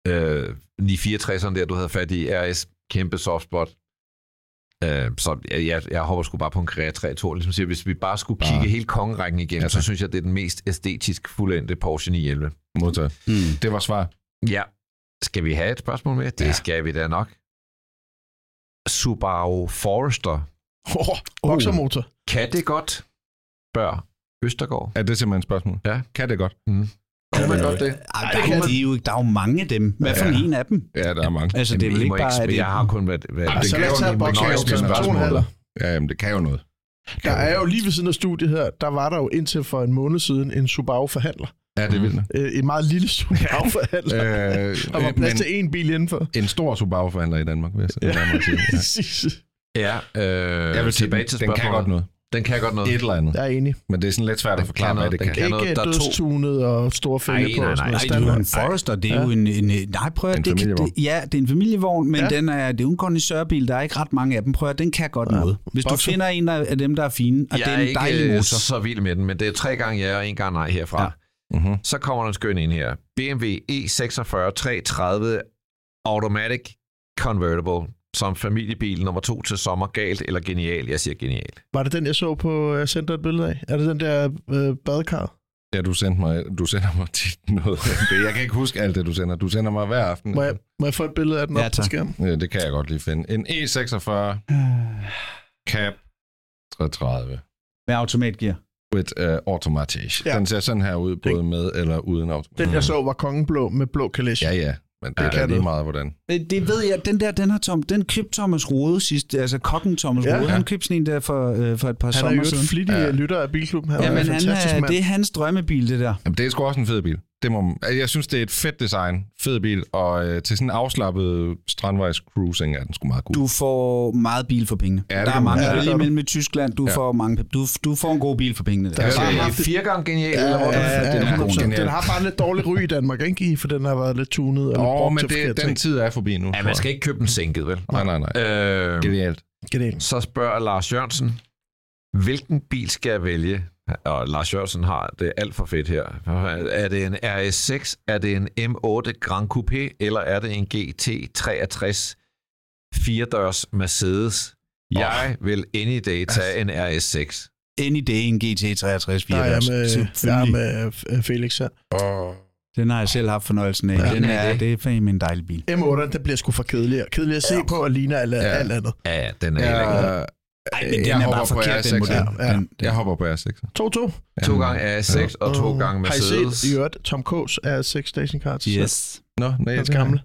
Øh, 9.64'eren der, du havde fat i, RS, kæmpe softspot. Øh, så jeg, jeg, jeg hopper sgu bare på en Carrera 3-2, og ligesom siger, hvis vi bare skulle kigge hele kongerækken igennem, Ja, ja, tak. så synes jeg, det er den mest æstetisk fuldendte Porsche 911. Modtaget. Mm. Det var svar. Ja. Skal vi have et spørgsmål mere? Det Ja. ja. skal vi da nok. Subaru Forester. Uh. Oh, boksermotor. Kan det godt? Spørg Østergaard. Er det simpelthen et spørgsmål? Ja. Kan det godt? Mm. Kan man godt det? Ej, der, er, jo- de er jo, der er jo mange af dem. Hvad for Ja. en af dem? Ja, der er mange. Altså, det er Jamen, vel I ikke må bare... spørge. at det- Jeg har kun været... været Ej, det så kan lad jo os tage en boksermotor. generation Personen spørgsmål. heller. Ja, jamen, det kan jo noget. Der er jo lige ved siden af studiet her, der var der jo indtil for en måned siden en Subaru-forhandler. Ja, det er Mm. vildt. Øh, en meget lille Subaru-forhandler. Øh, Der var øh, plads men til én bil indenfor. en stor Subaru-forhandler i Danmark, vil jeg sige. lad mig sige. Ja. Præcis. Ja, øh, Jeg vil sige, tilbage til den kan spørgsmålet. godt noget. Den kan godt noget. Et eller andet. Jeg er enig. Men det er sådan lidt svært at Den forklare, kan hvad noget, det den kan. kan. noget, Ikke øh, der er to- dødstunet og store fælge Ej, på. nej, og nej, sådan noget nej, Ej, det er jo standard. en Forester, det er jo en, en, en nej, prøv at, En det, kan- familievogn. det, ja, det er en familievogn, men Ja. ja. den er, det er jo en kondensørbil, der er ikke ret mange af dem, prøv at, den kan godt ja. noget. Hvis du Boxer. finder en der- af dem, der er fine, og jeg det er er en ikke dejlig øh, motor. så vild med den, men det er tre gange ja og en gang nej herfra. Ja. Ja. Mhm. Så kommer der en skøn ind her. BMW E46 330 Automatic Convertible som familiebil nummer to til sommer. Galt eller genial? Jeg siger genial. Var det den, jeg så på, jeg sendte dig et billede af? Er det den der øh, badekar? Ja, du, sendte mig, du sender mig tit noget. Det- Jeg kan ikke huske alt det, du sender. Du sender mig hver aften. Må jeg, må jeg få et billede af den Ja, op på tak. skærmen? Ja, det kan jeg godt lige finde. En E46 Øh. Cap 33 Med automatgear. with uh, automatic. Ja. Ja. Den ser sådan her ud, både med eller uden automatik. Den, jeg så, var kongenblå med blå kalesje. Mm. Ja, ja. Men det Ja. er Kan da lige du? meget, hvordan. Øh, Det ved jeg, den der, den har Tom, den købte Thomas Rode sidst, altså kokken Thomas Ja. Rode, han købte sådan en der for, øh, for et par Han er jo sommer siden. et flittig Ja. ja. lytter af Bilklubben her. Ja, men han fantastisk er, mand. det er hans drømmebil, det der. Jamen, det er sgu også en fed bil. Det må, man- altså, jeg synes, det er et fedt design. Fed bil. Og øh, til sådan en afslappet strandvejs cruising er den sgu meget god. Du får meget bil for pengene. Ja, Ja, det der er kan man- mange, ja, der er det gør lige du. mellem i Tyskland, du, Ja. ja. får mange, du, du får en god bil for pengene. Der. Ja. Ja. Jeg bare vil sige, haft det- Fire gange genial? Ja, eller ja, hvor er det? ja, den er god. ja, Den den, er- den har bare lidt dårlig ry i Danmark, ikke? For den har været lidt tunet og lidt Åh, brugt men til forkerte det, den ting. tid er forbi nu. Ja, man skal ikke købe den sænket, vel? Nej, nej, nej. Øh, Genialt. Genialt. Så spørger Lars Jørgensen, hvilken bil skal jeg vælge? Og Lars Jørgensen har det alt for fedt her. Er det en RS6, er det en M8 Grand Coupé, eller er det en GT63 4-dørs Mercedes? Jeg vil any day tage en RS6. Any day en GT63 Der er jeg 4 med, jeg er med øh, Felix her. Åh. Den har jeg selv haft fornøjelsen af. Ja. Ja, den er, det er fandme en dejlig bil. M8, den bliver sgu for kedelig. Kedelig at se på og ligner alt, Ja. alt andet. Ja, ja, den er Jeg, ja. Ej, men den jeg er hopper bare på forkert, den R6. model. Ja, ja. Den, Jeg hopper på R6. 2-2. To gange A6 og to Åh, gange Mm. Har I Mercedes. set i øvrigt Tom K's af 6 station cards? yes. Nå, nej, Hans gamle.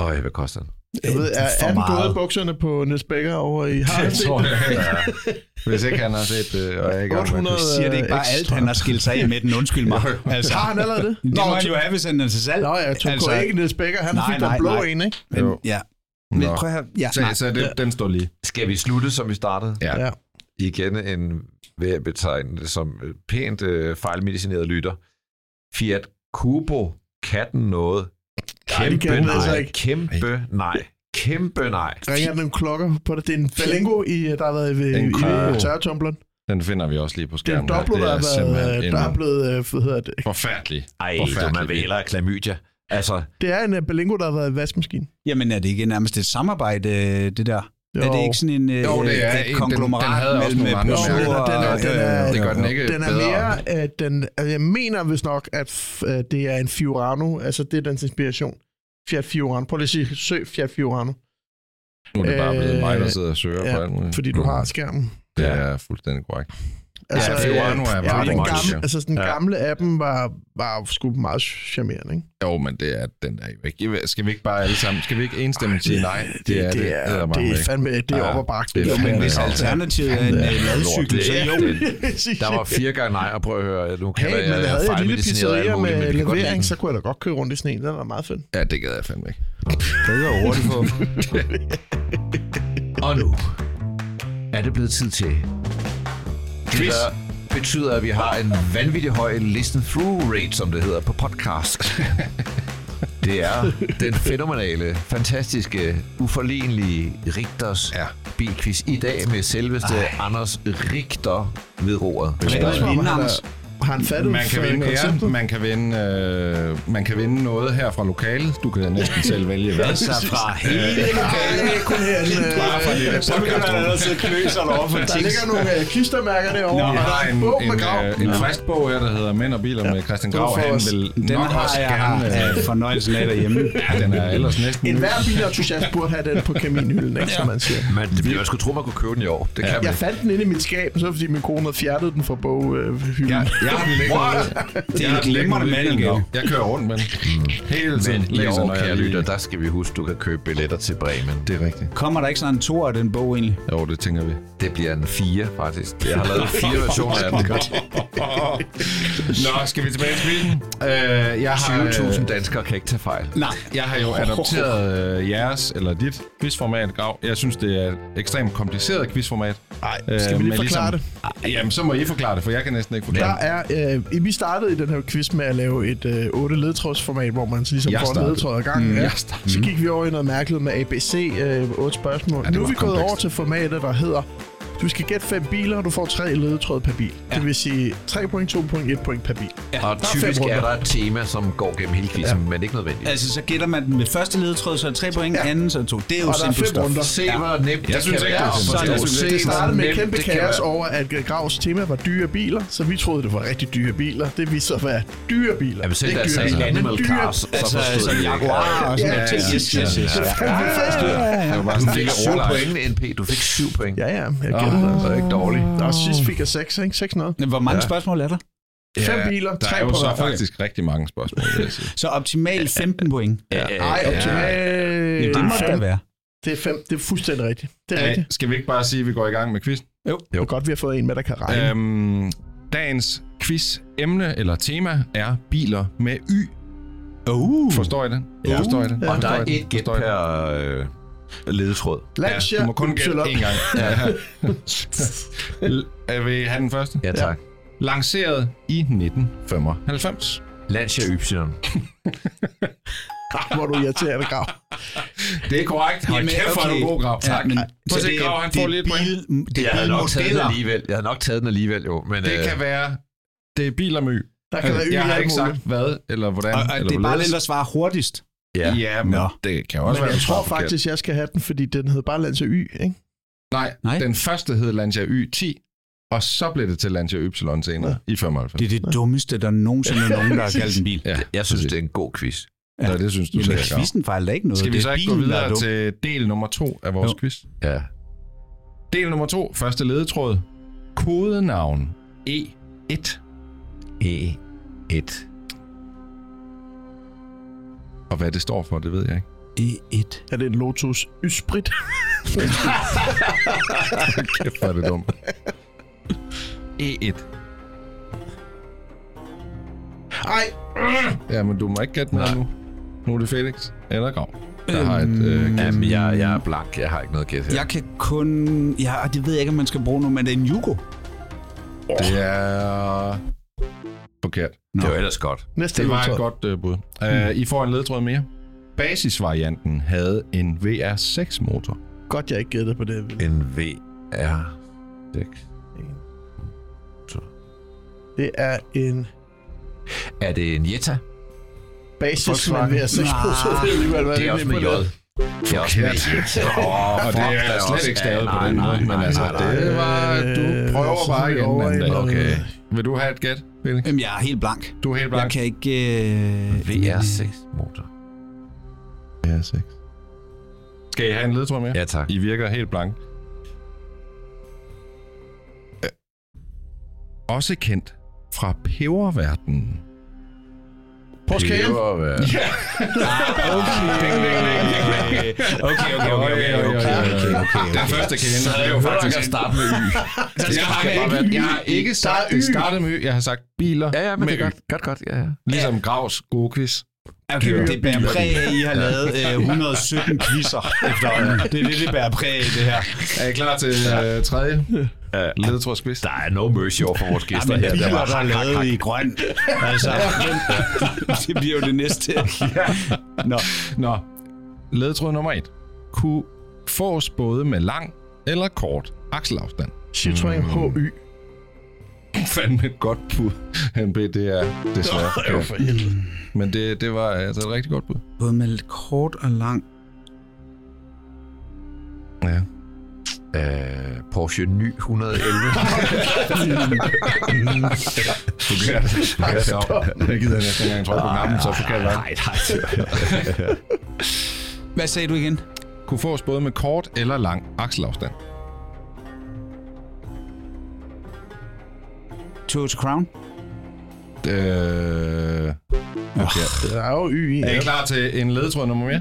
Øj, hvad koster den? Jeg ved, er, For er den meget. gået i bukserne på Niels Becker over i Har Det tror jeg ikke. ja. Hvis ikke han har set det, og jeg er ikke 800 med Siger det ikke bare Ekstra. alt, han har skilt sig af med den? Undskyld mig. Altså, øh, Har han allerede det? det Nå, må han jo have, hvis han er til salg. Nå ja, Tom altså, K. ikke Niels Becker. Han Nej, fik den nej, blå nej. en, ikke? Men, Jo. ja. det. Men Nå. prøv at høre, ja, Så, nej. så det, den står lige. Skal vi slutte, som vi startede? Ja. Ja. Igen en, ved at betegne det som øh, pænt øh, fejlmedicineret lytter. Fiat Kubo, kan den noget? Nej, det Kæmpe kan den altså nej, ikke. kæmpe nej, kæmpe nej. Ringer den nogle klokker på det? Det er en Falingo, i, øh, der har været ved, En i Falingo. tørretumbleren. Den finder vi også lige på Det er en skærmen. her. Doblo, der, har simpelthen været, der er blevet... øh, Hvad hedder det? en forfærdelig. Ej, du Forfærdelig man bil. væler af klamydia. Altså, Det er en øh, Berlingo, der har været i vaskemaskinen. Jamen er det ikke nærmest et samarbejde, øh, det der? Jo. Er det ikke sådan en, øh, Jo, det er en- et den- konglomerat den havde også mellem nogle andre Peugeot mærker. og... øh, Den er- den er- Det gør den ikke Den er øh, bedre. mere, at den, altså jeg mener vist nok, at f- øh, det er en Fiorano, altså det er dens inspiration. Fiat Fiorano. Prøv lige at sige, søg Fiat Fiorano, Mm. Nu er det bare blevet mig, der sidder og søger Øh, på alt muligt. Mm. fordi du har skærmen. Det er fuldstændig korrekt. Altså, Ja, Fiorano øh, er ja, varm den orange. gamle, altså den Ja. gamle af dem var, var sgu meget charmerende, ikke? Jo, men det er den der jo ikke. Skal vi ikke bare alle sammen, skal vi ikke enstemmigt sige nej? Det er det. det er, eddermame det er ikke. fandme, det er Ja. op og bakke. Det er der, fandme mand. Hvis Ja. alternativet er en Fandme, øh, det er ladcykel, lort. så Det jo. er den. Der var fire gange nej, og prøv at høre, nu kan øh, Hey, men øh, jeg havde jeg en lille pizzeria med levering, så så... kunne jeg da godt køre rundt i sneen. Den er meget fed. Ja, det gad jeg fandme ikke. Det er hurtigt på. og nu er det blevet tid til. Det der betyder, at vi har en vanvittig høj listen-through rate, som det hedder på podcast. Det er den fænomenale, fantastiske, uforlignelige Rigters ja. Ja. bilquiz i dag med selveste Ej. Anders Rigter ved roret. Men Jeg det spørger, om er han Anders. er- Har han fattet Man kan øh, vinde, konceptet? ja, man kan vinde, øh, man kan vinde noget her fra lokalet. Du kan næsten selv vælge hvad. Øh, Altså fra hele Det er kun her, den, øh, Bare fra det der Så begynder han podcast. at sidde og knøse over for der ting. ligger nogle øh, klistermærker derovre. Jeg og der har er en, bog en, med grav. øh, en frisk bog her, der hedder Mænd og Biler med Christian Den Grav. får Han os- vil Den nok har også jeg gerne... haft øh, fornøjelsen af derhjemme. Ja, den er ellers næsten... En ny. hver bilentusiast burde have den på kaminhylden, ikke, som man siger. Man, jeg skulle tro, man kunne købe den i år. Det kan Jeg man. fandt den inde i mit skab, så fordi min kone havde fjernet den fra boghylden. Øh, Ja, jeg har den liggende ude. Jeg har den glimrende liggende ude i mand, bilen. Jeg kører rundt med den. Hele tiden. Men i Læser, år, når jeg kære lige- lytter, der skal vi huske, du kan købe billetter til Bremen. Det er rigtigt. Kommer der ikke sådan en to af den bog egentlig? Jo, det tænker vi. Det bliver en 4, faktisk. Jeg har lavet fire versioner af den. Nå, skal vi tilbage til bilen? Øh, jeg har, øh, 20.000 danskere kan ikke tage fejl. Nej. Jeg har jo adopteret øh, jeres, eller dit, quizformat, Grav. Jeg synes, det er et ekstremt kompliceret quizformat. Øh, Nej, skal vi lige forklare det? det? Jamen, så må I forklare det, for jeg kan næsten ikke ligesom- Der forklare det. er, øh, vi startede i den her quiz med at lave et øh, 8 ledtrådsformat, hvor man så ligesom Jeg får en startede. ledtråd ad gangen. Mm, ja. jeg startede. Så gik vi over i noget mærkeligt med ABC, øh, 8 spørgsmål. Ja, Ja, det nu er var vi gået komplekst. over til formatet, der hedder, du skal gætte fem biler, og du får tre ledetråde per bil. Ja. Det vil sige 3 point, 2 point, 1 point per bil. Og er typisk fem er runder. der et tema, som går gennem hele quizzen, men ikke nødvendigt. Altså, så gætter man den ved første ledetråd, så er tre point, Ja. anden, så er to. Det er jo Og der er simpelt fem stof. runder. Se, hvor nemt Jeg det synes kan ikke, være. det er så og nemt. forstå. Det Se, Det hvor startede med nemt kæmpe det kan kaos være. over, at Gravs tema var dyre biler, så vi troede, det var rigtig dyre biler. Det viste sig at være dyre biler. Jamen selv Ikke da jeg dyre sagde biler, men Animal dyre- Cars, så Altså, forstod som jeg ikke. Jaguar og sådan Ja, noget. ja, Yes, ja. yes, yes, yes. Det var bare Du sådan en fik lille 7 overlap. point, NP. Du fik 7 point. Ja, ja, jeg gætter det. Så Altså. er ikke dårligt. Og sidst fik jeg 6, ikke? 6 noget. Men Hvor mange spørgsmål er der? Ja, Fem biler, der tre er jo på så hver. faktisk rigtig mange spørgsmål, vil jeg sige. Så optimalt 15 point. Nej, optimalt. Ja, det må det da være. Det er fem. Det er fuldstændig rigtigt. Det er Øh, rigtigt. Skal vi ikke bare sige, at vi går i gang med quiz? Det er godt, vi har fået en med, der kan regne. Øhm, dagens quiz-emne eller tema er biler med Y. Uh. Forstår I det? Ja. Forstår Uh. I det? Og der er Forstår I det? et gæt Forstår I det? per øh, ledetråd. Lancia, Ja, du må kun gætte Ypsilon. én gang. Ja. Vil I have den første? Ja, tak. Lanceret i 1995. Lancia Ypsilon. Ah, Hvor er du irriterende, Grav. Det er korrekt. Hold kæft, hvor er du god, Grav. Tak. men- Prøv at så se, det er- Grav, han det får er lidt point. bil- Det Jeg er havde nok taget den bilmodeller. alligevel. Jeg havde nok taget den alligevel, jo. Men, øh, Det kan være... Det er biler med Y. Der kan være Jeg yderligere har ikke muligt. sagt hvad, eller hvordan, Og, og eller det er bare hvorledes. den, der svarer hurtigst. ja. Ja, men Nå. det kan også Men være, jeg du tror svarer forkert. faktisk, jeg skal have den, fordi den hed bare Lancia Y, ikke? Nej, Nej. Nej, den første hed Lancia Y10, og så blev det til Lancia Y senere i 95. Det er det dummeste, der nogensinde er nogen, der har kaldt en bil. Ja, Jeg synes, det er en god quiz. ja. Nå, det synes du Jamen, sikkert. Grav. quizzen fejler da ikke noget. Skal vi Det så er ikke gå bilen, der er videre dum. til del nummer to af vores Jo. quiz? Ja. Del nummer to, første ledetråd. Kodenavn E E1. E E1. Og hvad det står for, det ved jeg ikke. E1. Er det en Lotus Ysprit? Kæft, hvor er det dumt. E1. Ej, Ja, men du må ikke gætte mere Nej. nu. Nu er det Felix eller Grav. Der har et øh, gæt. Jamen, jeg, jeg er blank. Jeg har ikke noget gæt her. Jeg kan kun... Ja, og det ved jeg ikke, om man skal bruge nu, men det er en Yugo. Det er... Forkert. Det var ellers godt. næste Det var ledetråd. et godt øh, bud. Uh, I får en ledtråd mere. Basisvarianten havde en VR6-motor. Godt, jeg ikke gættede på det. En VR6. Det er en Er det en Jetta? basis, man Volkswagen. vil have seks Nej, på, så det er alligevel været det er også med J. imponeret. Det er også med J. Oh, Og det er slet ikke stavet på den måde, men altså, det var... Du Øh, prøver så bare er vi igen over i mandag. noget- Okay. Vil du have et gæt, Felix? Jamen, jeg er helt blank. Du er helt Jeg blank. kan ikke... Øh, VR6-motor. VR6. Skal I have en ledtråd mere? Ja, tak. I virker helt blank. Øh, Også kendt fra peberverdenen. Porsche Cayenne. Ja, okay. Okay, okay, okay, okay, okay, okay, okay. Den første Så kan jeg havde det jeg er jo jo faktisk at starte med Y. Jeg har, ikke, jeg har ikke sagt, det startede med Y. Jeg har sagt biler Ja, ja, men det med er godt, godt, godt, ja, ja. Y. Ligesom Gravs gode quiz. Okay, det bærer præg af, at I har lavet øh, 117 quizzer efterhånden. Det er det, det bærer præg af, det her. Er I klar til øh, tredje ledetrådsquiz? Der er no mercy over for vores gæster Jamen, her. Der var der er lavet i grøn. Altså, det bliver jo det næste. Nå, Nå, ledetråd nummer et. Kunne fås både med lang eller kort akselafstand. Citroën HY. Fandme et godt bud, NB, det er desværre. forkert. Men det, det var altså et rigtig godt bud. både med lidt kort og lang. Ja. Øh, Porsche 911. Forkert. Forkert. Nå, Jeg gider næsten ikke engang trykke på knappen, så forkert var det. Nej, nej. Hvad sagde du igen? Kunne fås både med kort eller lang akselafstand. Øh, Toyota Crown? Øh, Der er jo Y i. er I Ja. klar til en ledetråd nummer mere?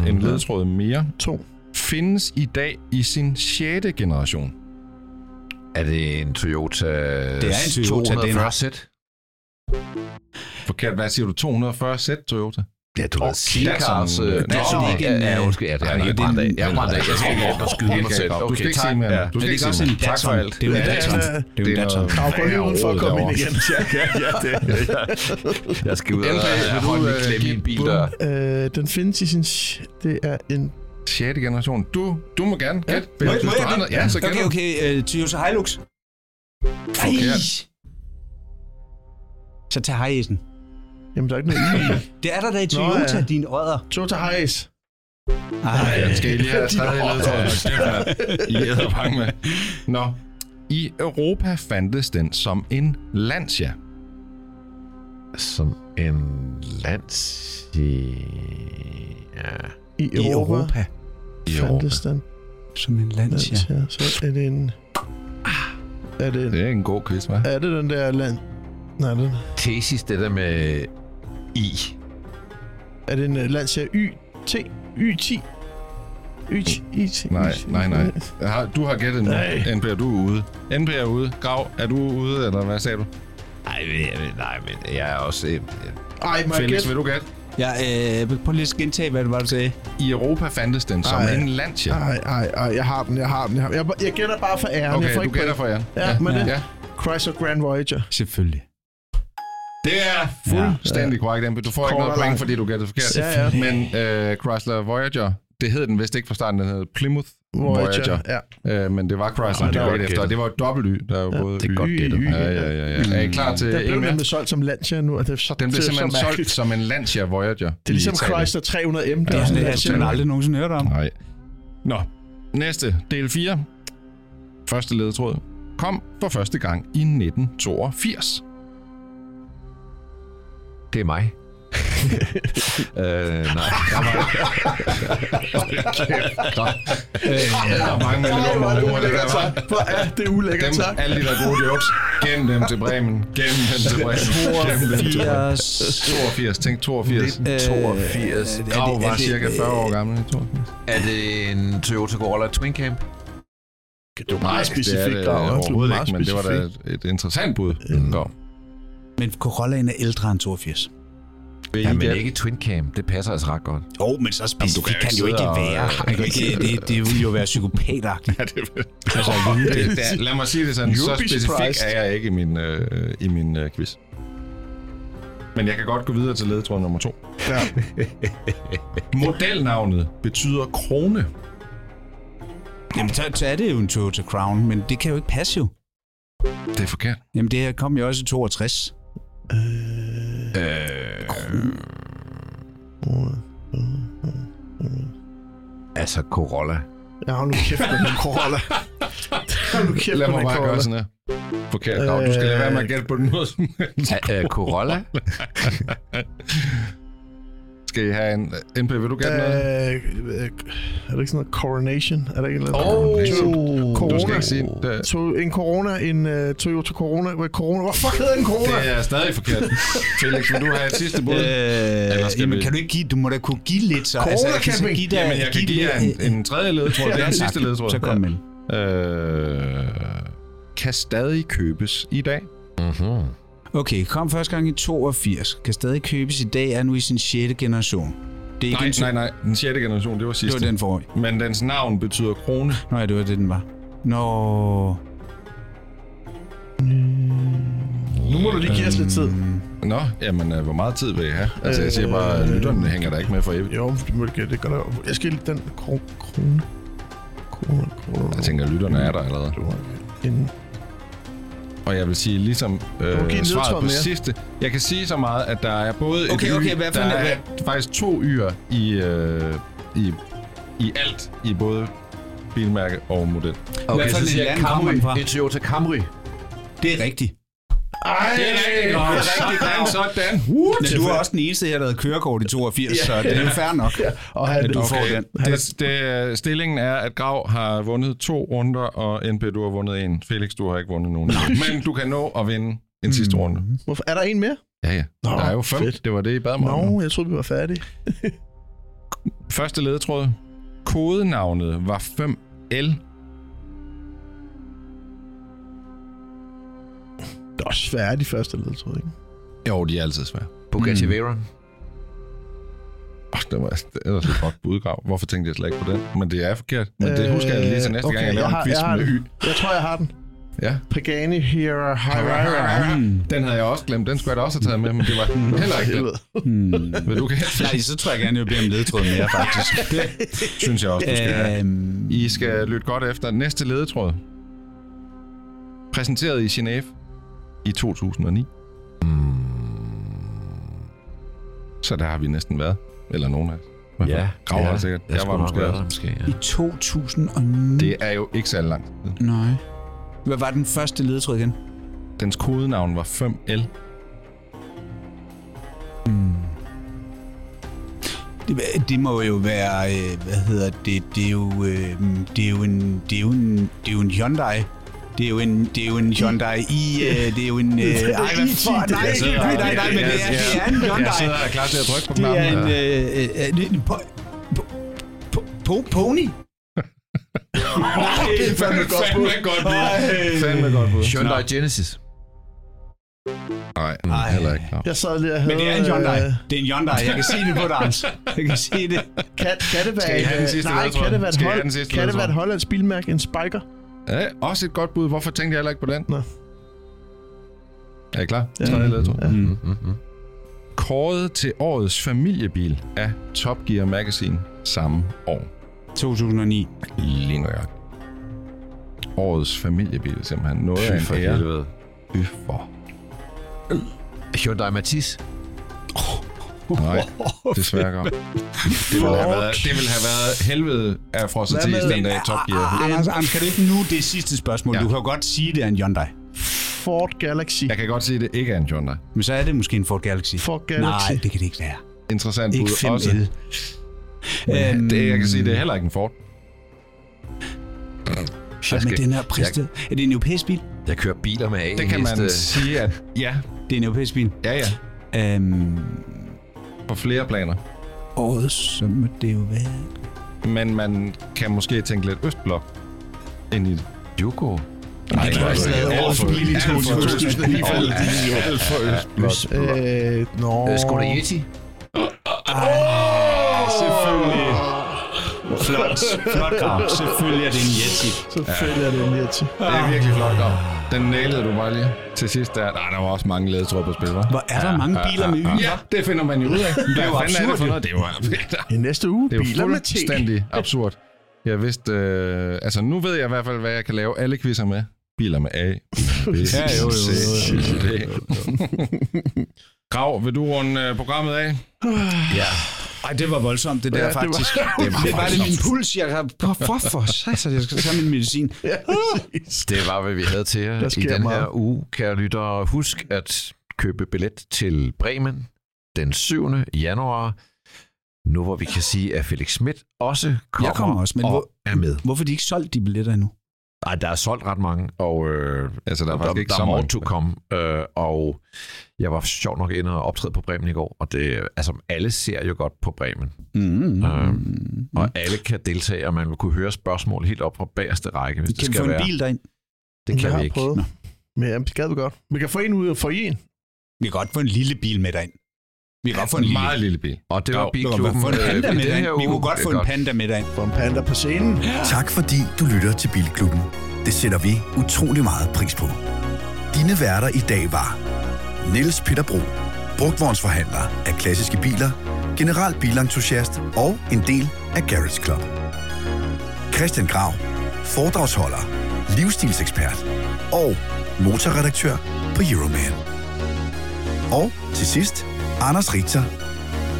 Øh, en ledetråd mere. To. Findes i dag i sin 6. generation. Er det en Toyota Det er en Toyota, det er en- 240 sæt? Forkert, hvad siger du? 240 sæt Toyota? Ja, du ved, Seacars, Seacars... øh, Nå, Nå, ja, ja, ja, undskyld, ja, det er nej, helt det er brændt af. en- Jeg er brændt af. altså, Jeg skal ikke op og skyde mig selv. Du skal Okay, ikke tak. sige mere. Ja. Du Er skal det ikke ikke også sige en mere. Tak for Datsun? alt. Det er jo en Ja, Datsun. ja, ja. Det er jo en Det er Datsun. noget- Krav går lige udenfor og kom ind Derovre. igen. Jeg skal ud og Elfag, vil have du, hånden i øh, klemme i give en et bil, bud? der... Øh, den findes i sin... Det er en... 6. generation. Du, du må gerne gætte. Hvis Må, du må jeg har noget- det? Ja, så okay, gætter du. okay. Uh, Toyota Hilux. Ej. Forkert. Så tag hejsen. Jamen, der er ikke noget Y i. Det er der da i Toyota, ja. din odder. Toyota Highs. Ej. Ja, skal I lige have tredje ledtråd? I æder bange med. Nå. I Europa fandtes den som en Lancia. Som en lands... Ja. I Europa, I fandtes Europa. den. Som en Lancia. Lancia. Så er det en... Er det en... Det er en god quiz, hva'? Er det den der land... Nej, den... Tesis, det der med I. Er det en øh, Lancia YT? Y10? Y10? Y10? Nej, nej, nej. Jeg Har, du har gættet nu. Nej. NP, er du ude. NP er ude. Grav, er du ude, eller hvad sagde du? Nej, men, nej, men jeg er også... øh, Ej, må jeg Felix, gætte? vil du gætte? Ja, øh, prøv lige at gentage, hvad det var, du sagde. I Europa fandtes den som Ej. en Ah, Lancia. Ej, ej, ej, jeg har den, jeg har den, jeg har den. Jeg, jeg gætter bare for æren. jeg Okay, får du ikke gætter point. for jer. Ja, men det Ja. Chrysler Grand Voyager. Selvfølgelig. Det er fuldstændig ja. korrekt, NP. Du får ikke Kort noget og point, langt. fordi du gættede forkert. Ja, ja. Men øh, Chrysler Voyager, det hed den vist ikke fra starten, den hed Plymouth Voyager. Ja. Voyager. Øh, men det var Chrysler, men det det var var efter. gættet. Det var jo dobbelt Y, der er jo både Det er y. godt Y, gættet. Y. Ja, ja, ja, ja. Er I klar til Der blev en mere? den med solgt som Lancia nu, og det er så, Den blev det er simpelthen så solgt mærkeligt. som en Lancia Voyager. Det er ligesom i Italien. Chrysler 300M. Det der er sådan, en det har jeg Lancia. simpelthen aldrig nogensinde hørt om. Nej. Nå, næste, del 4. Første ledetråd. Kom for første gang Øh, i 1982. Det er mig. øh, nej. Der var, Der er mange millioner humor, det der var. Hvor er det ulækkert, Dem, tak. alle de der gode jokes. Gem dem til Bremen. Gem dem til Bremen. Gem dem til Bremen. 82. 82, tænk 82. Øh, er det- Grav er var det- cirka 40 år gammel i 82. er det en Toyota Corolla Twin Cam? Det var meget specifikt, det er Grav. det, Det var overhovedet meget ikke, men det var da specifikt. et, et interessant bud. Grav. Men Corollaen er ældre end 82. Vil I Ja, men gætte? ikke Twin Cam. Det passer altså ret godt. Jo, men så specifikt kan jo kan det jo ikke ikke sidde og- være. Han kan ikke, det, det ville jo være psykopatagtigt. Ja, det vil- Altså, at vide det. Det- det- Lad mig sige det sådan, You'll så be specifik surprised. er jeg ikke i min, øh, i min øh, quiz. Men jeg kan godt gå videre til ledetråd nummer to. Ja. Modelnavnet betyder krone. Jamen, så, så er det jo en Toyota Crown, men det kan jo ikke passe jo. Det er forkert. Jamen, det her kom jo også i 62. Øh, Altså Corolla. Ja, hold nu kæft med den Corolla. Hold nu kæft lad med mig den bare gøre Corolla. sådan her. Forkert, Grav. Du skal lade være med at gætte på den måde. som helst. Er, er øh, Corolla? skal I have en... NP, vil du gætte noget? Øh, øh, er det ikke sådan noget coronation? Er det ikke noget? Åh, corona. Du skal ikke uh, sige... Det, To, en corona, en uh, Toyota Corona. Hvad corona? Hvor fuck hedder en corona? det er stadig forkert. Felix, vil du have et sidste bud? Øh, skal jamen, vi- kan du ikke give, du må da kunne give lidt så. altså, jeg kan så Corona-camping. dig- Jamen, jeg kan give jer lidt, en, en tredje ledetråd. Det er en øh, sidste tak. ledetråd. Så kom med. Øh, kan stadig købes i dag. Mm-hmm. Okay, kom første gang i 82. Kan stadig købes i dag, er nu i sin 6. generation. Det er ikke Nej, en to- nej, nej. Den 6. generation, det var Det sidste. var den forrige. Men dens navn betyder krone. Nå ja, det var det, den var. Nå... Nu må du lige give os lidt tid. Mm. Nå, jamen, øh, hvor meget tid vil I have? Altså, jeg siger Øh, bare, at lytterne hænger der ikke med for evigt. Jo, du må ikke, det gør der. Jeg skal lige den kro- krone. Corona, corona. Jeg tænker, at lytterne er der allerede. du har en... Og jeg vil sige, ligesom give en øh, svaret ledtråd på mere. sidste, jeg kan sige så meget, at der er både et Okay, y, okay, hvad for der en- er faktisk to y'er i, øh, i, i alt, i både bilmærke og model. Hvad for et siger jeg land kommer den fra? En Toyota Camry. Det er rigtigt. Ej, Det er rigtig godt. Det er rigtig godt. Sådan. Men du er også den eneste, jeg havde kørekort i 82, så det er jo fair nok. Og han, Men du får den. Det, det, stillingen er, at Grav har vundet to runder, og NP, du har vundet en. Felix, du har ikke vundet nogen. Men du kan nå at vinde en sidste Mm. runde. Hvorfor, er der en mere? Ja, ja. Nå, der er jo fem. fedt. Det var det, I bad mig Nå, om. jeg troede, vi var færdige. Første ledetråd. Kodenavnet var 5L. Det er også svært de første led, tror jeg. Ikke? Jo, de er altid svære. Bugatti Veyron. Oh, det var det er et godt budgrav. Hvorfor tænkte jeg slet ikke på det? Men det er forkert. Men det husker jeg lige til næste gang, jeg laver en quiz Øh, har med Y. den. Jeg tror, jeg har den. Ja. Hmm. Pagani Hera Hirara. Den havde jeg også glemt. Den skulle jeg da også have taget med, men det var heller ikke den. Vil du gætte? Nej, så tror jeg gerne, jeg bliver en ledtråd mere, faktisk. Synes jeg også, du skal have. øhm, I skal lytte godt efter. Næste ledetråd. Præsenteret i Genève i 2009. Så der har vi næsten været. Eller nogen af os. Grav altså har sikkert. Jeg, var måske også. måske. Ja. I 2009? Det er jo ikke særlig langt. siden. Nej. Hvad var den første ledetråd igen? Dens kodenavn var 5L. Det, det må jo være, øh, hvad hedder det, det er jo, øh, det er jo en, det er jo en, det er jo en Hyundai. Det er jo en, det er jo en Hyundai i, øh, det er jo en, øh, ej, hvad for, nej, nej, nej, nej, nej, men det er, det er en Jeg Hyundai. sidder og er klar til at trykke på Det knappen. er en, øh, øh, er det en po, po, po, po, pony. Nej, det er fandme godt bud. Fandme godt bud. Fandme godt bud. Hyundai Genesis. Nej, Nej, heller ikke. Nå. Jeg sad lige og Men havde... det er en Hyundai. øh, Det er en Hyundai. Jeg kan se det på dig, Anders. Jeg kan se det. Kan, kan det være... Skal I have et, den øh, sidste Nej, ledtråd? kan det være et, Skal I hold, have den sidste kan det være et ledtråd? hollandsk bilmærke? En spiker? Ja, Øh, også et godt bud. Hvorfor tænkte jeg heller ikke på den? Nå. Er I klar? Tredje ledtråd. mm. Kåret til årets familiebil af Top Gear Magazine samme år. 2009. Lige nøjagtigt. Årets familiebil er simpelthen noget af en ære. helvede. Fy for. Hyundai Matisse. Nej, desværre godt. Det ville have været, det ville have været helvede af frosset Hvad med- tis den dag Top Gear. Ah, Anders, Anders, kan du ikke nu det sidste spørgsmål? Ja. Ja. Du kan jo godt sige, det er en Hyundai. Ford Galaxy. Jeg kan godt sige, at det ikke er en Hyundai. Men så er det måske en Ford Galaxy. Ford Galaxy. Nej, det kan det ikke være. interessant Ikke bud også. 5L. Men det, jeg kan sige, det er heller ikke en Ford. Shit, men skal- den her pris, det- er det en europæisk bil? Jeg kører biler med øh, af. Det kan man sige, at ja, Det er en europæisk bil. ja, ja, Øhm, på flere planer. og så må det jo være... Men man kan måske tænke lidt østblok ind i det. Jugo. Nej, det er også lavet alt for overspil i alt for 2000. østblok. Alt- alt for østblok. Øh, nå. Skoda Yeti. Selvfølgelig. Flot, flot grav. Selvfølgelig er det en Yeti. Så følger jeg den her til. Det er virkelig flot. Godt. Den nailede du bare lige til sidst. Der, nej, der var også mange ledetråd på spil, hva'? Hvor er der mange biler med yder? Ja, det finder man jo ud af. Det er jo absurd, jo. Det er jo, det I næste uge, er jo biler med te. fuldstændig absurd. Jeg vidste, øh, altså nu ved jeg i hvert fald, hvad jeg kan lave alle quizzer med. Biler med A, B, Ja, jo, jo, C, jo, jo. D. Grav, vil du runde øh, programmet af? Ja. Ej, det var voldsomt, det der Ja, ja, det var- faktisk. Det var, det var, det var det min puls, jeg har... Hvorfor for sig, jeg skal tage min medicin. Ja, præcis. Det var, hvad vi havde til Der jer i sker den meget. her uge, kære lyttere. Husk at købe billet til Bremen den 7. januar. Nu hvor vi kan sige, at Felix Schmidt også kommer, Jeg kommer også, men og hvor- er med. Hvorfor har de ikke solgt de billetter endnu? Ej, der er solgt ret mange, og øh, Altså, der er der, faktisk der, ikke der så er more mange. to come. Øh, og jeg var sjov nok inde og optræde på Bremen i går, og det, altså, alle ser jo godt på Bremen. Mm. Øhm, Og alle kan deltage, og man vil kunne høre spørgsmål helt op fra bagerste række, hvis det Kan vi skal få en være. bil derind? Det kan jeg vi har ikke. prøvet. Nå. Men jamen, det gad vi godt. Vi kan få en ud og få en. Vi kan godt få en lille bil med derind. Vi kan godt få en lille Meget lille bil. Og det Jo, var du kan Vi kan Bilklubben få en øh, panda i med den derind. her Vi uge. kunne godt Det er få en panda med derind. Få en panda på scenen. Tak fordi du lytter til Bilklubben. Det sætter vi utrolig meget pris på. Dine værter i dag var Niels Peter Bro, brugtvognsforhandler af klassiske biler, general bilentusiast og en del af Garage Club. Christian Grav, foredragsholder, livsstilsekspert og motorredaktør på Euroman. Og til sidst, Anders Richter,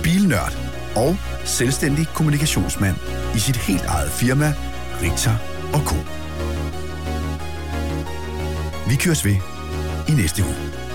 bilnørd og selvstændig kommunikationsmand i sit helt eget firma, Richter og Co. Vi køres ved i næste uge.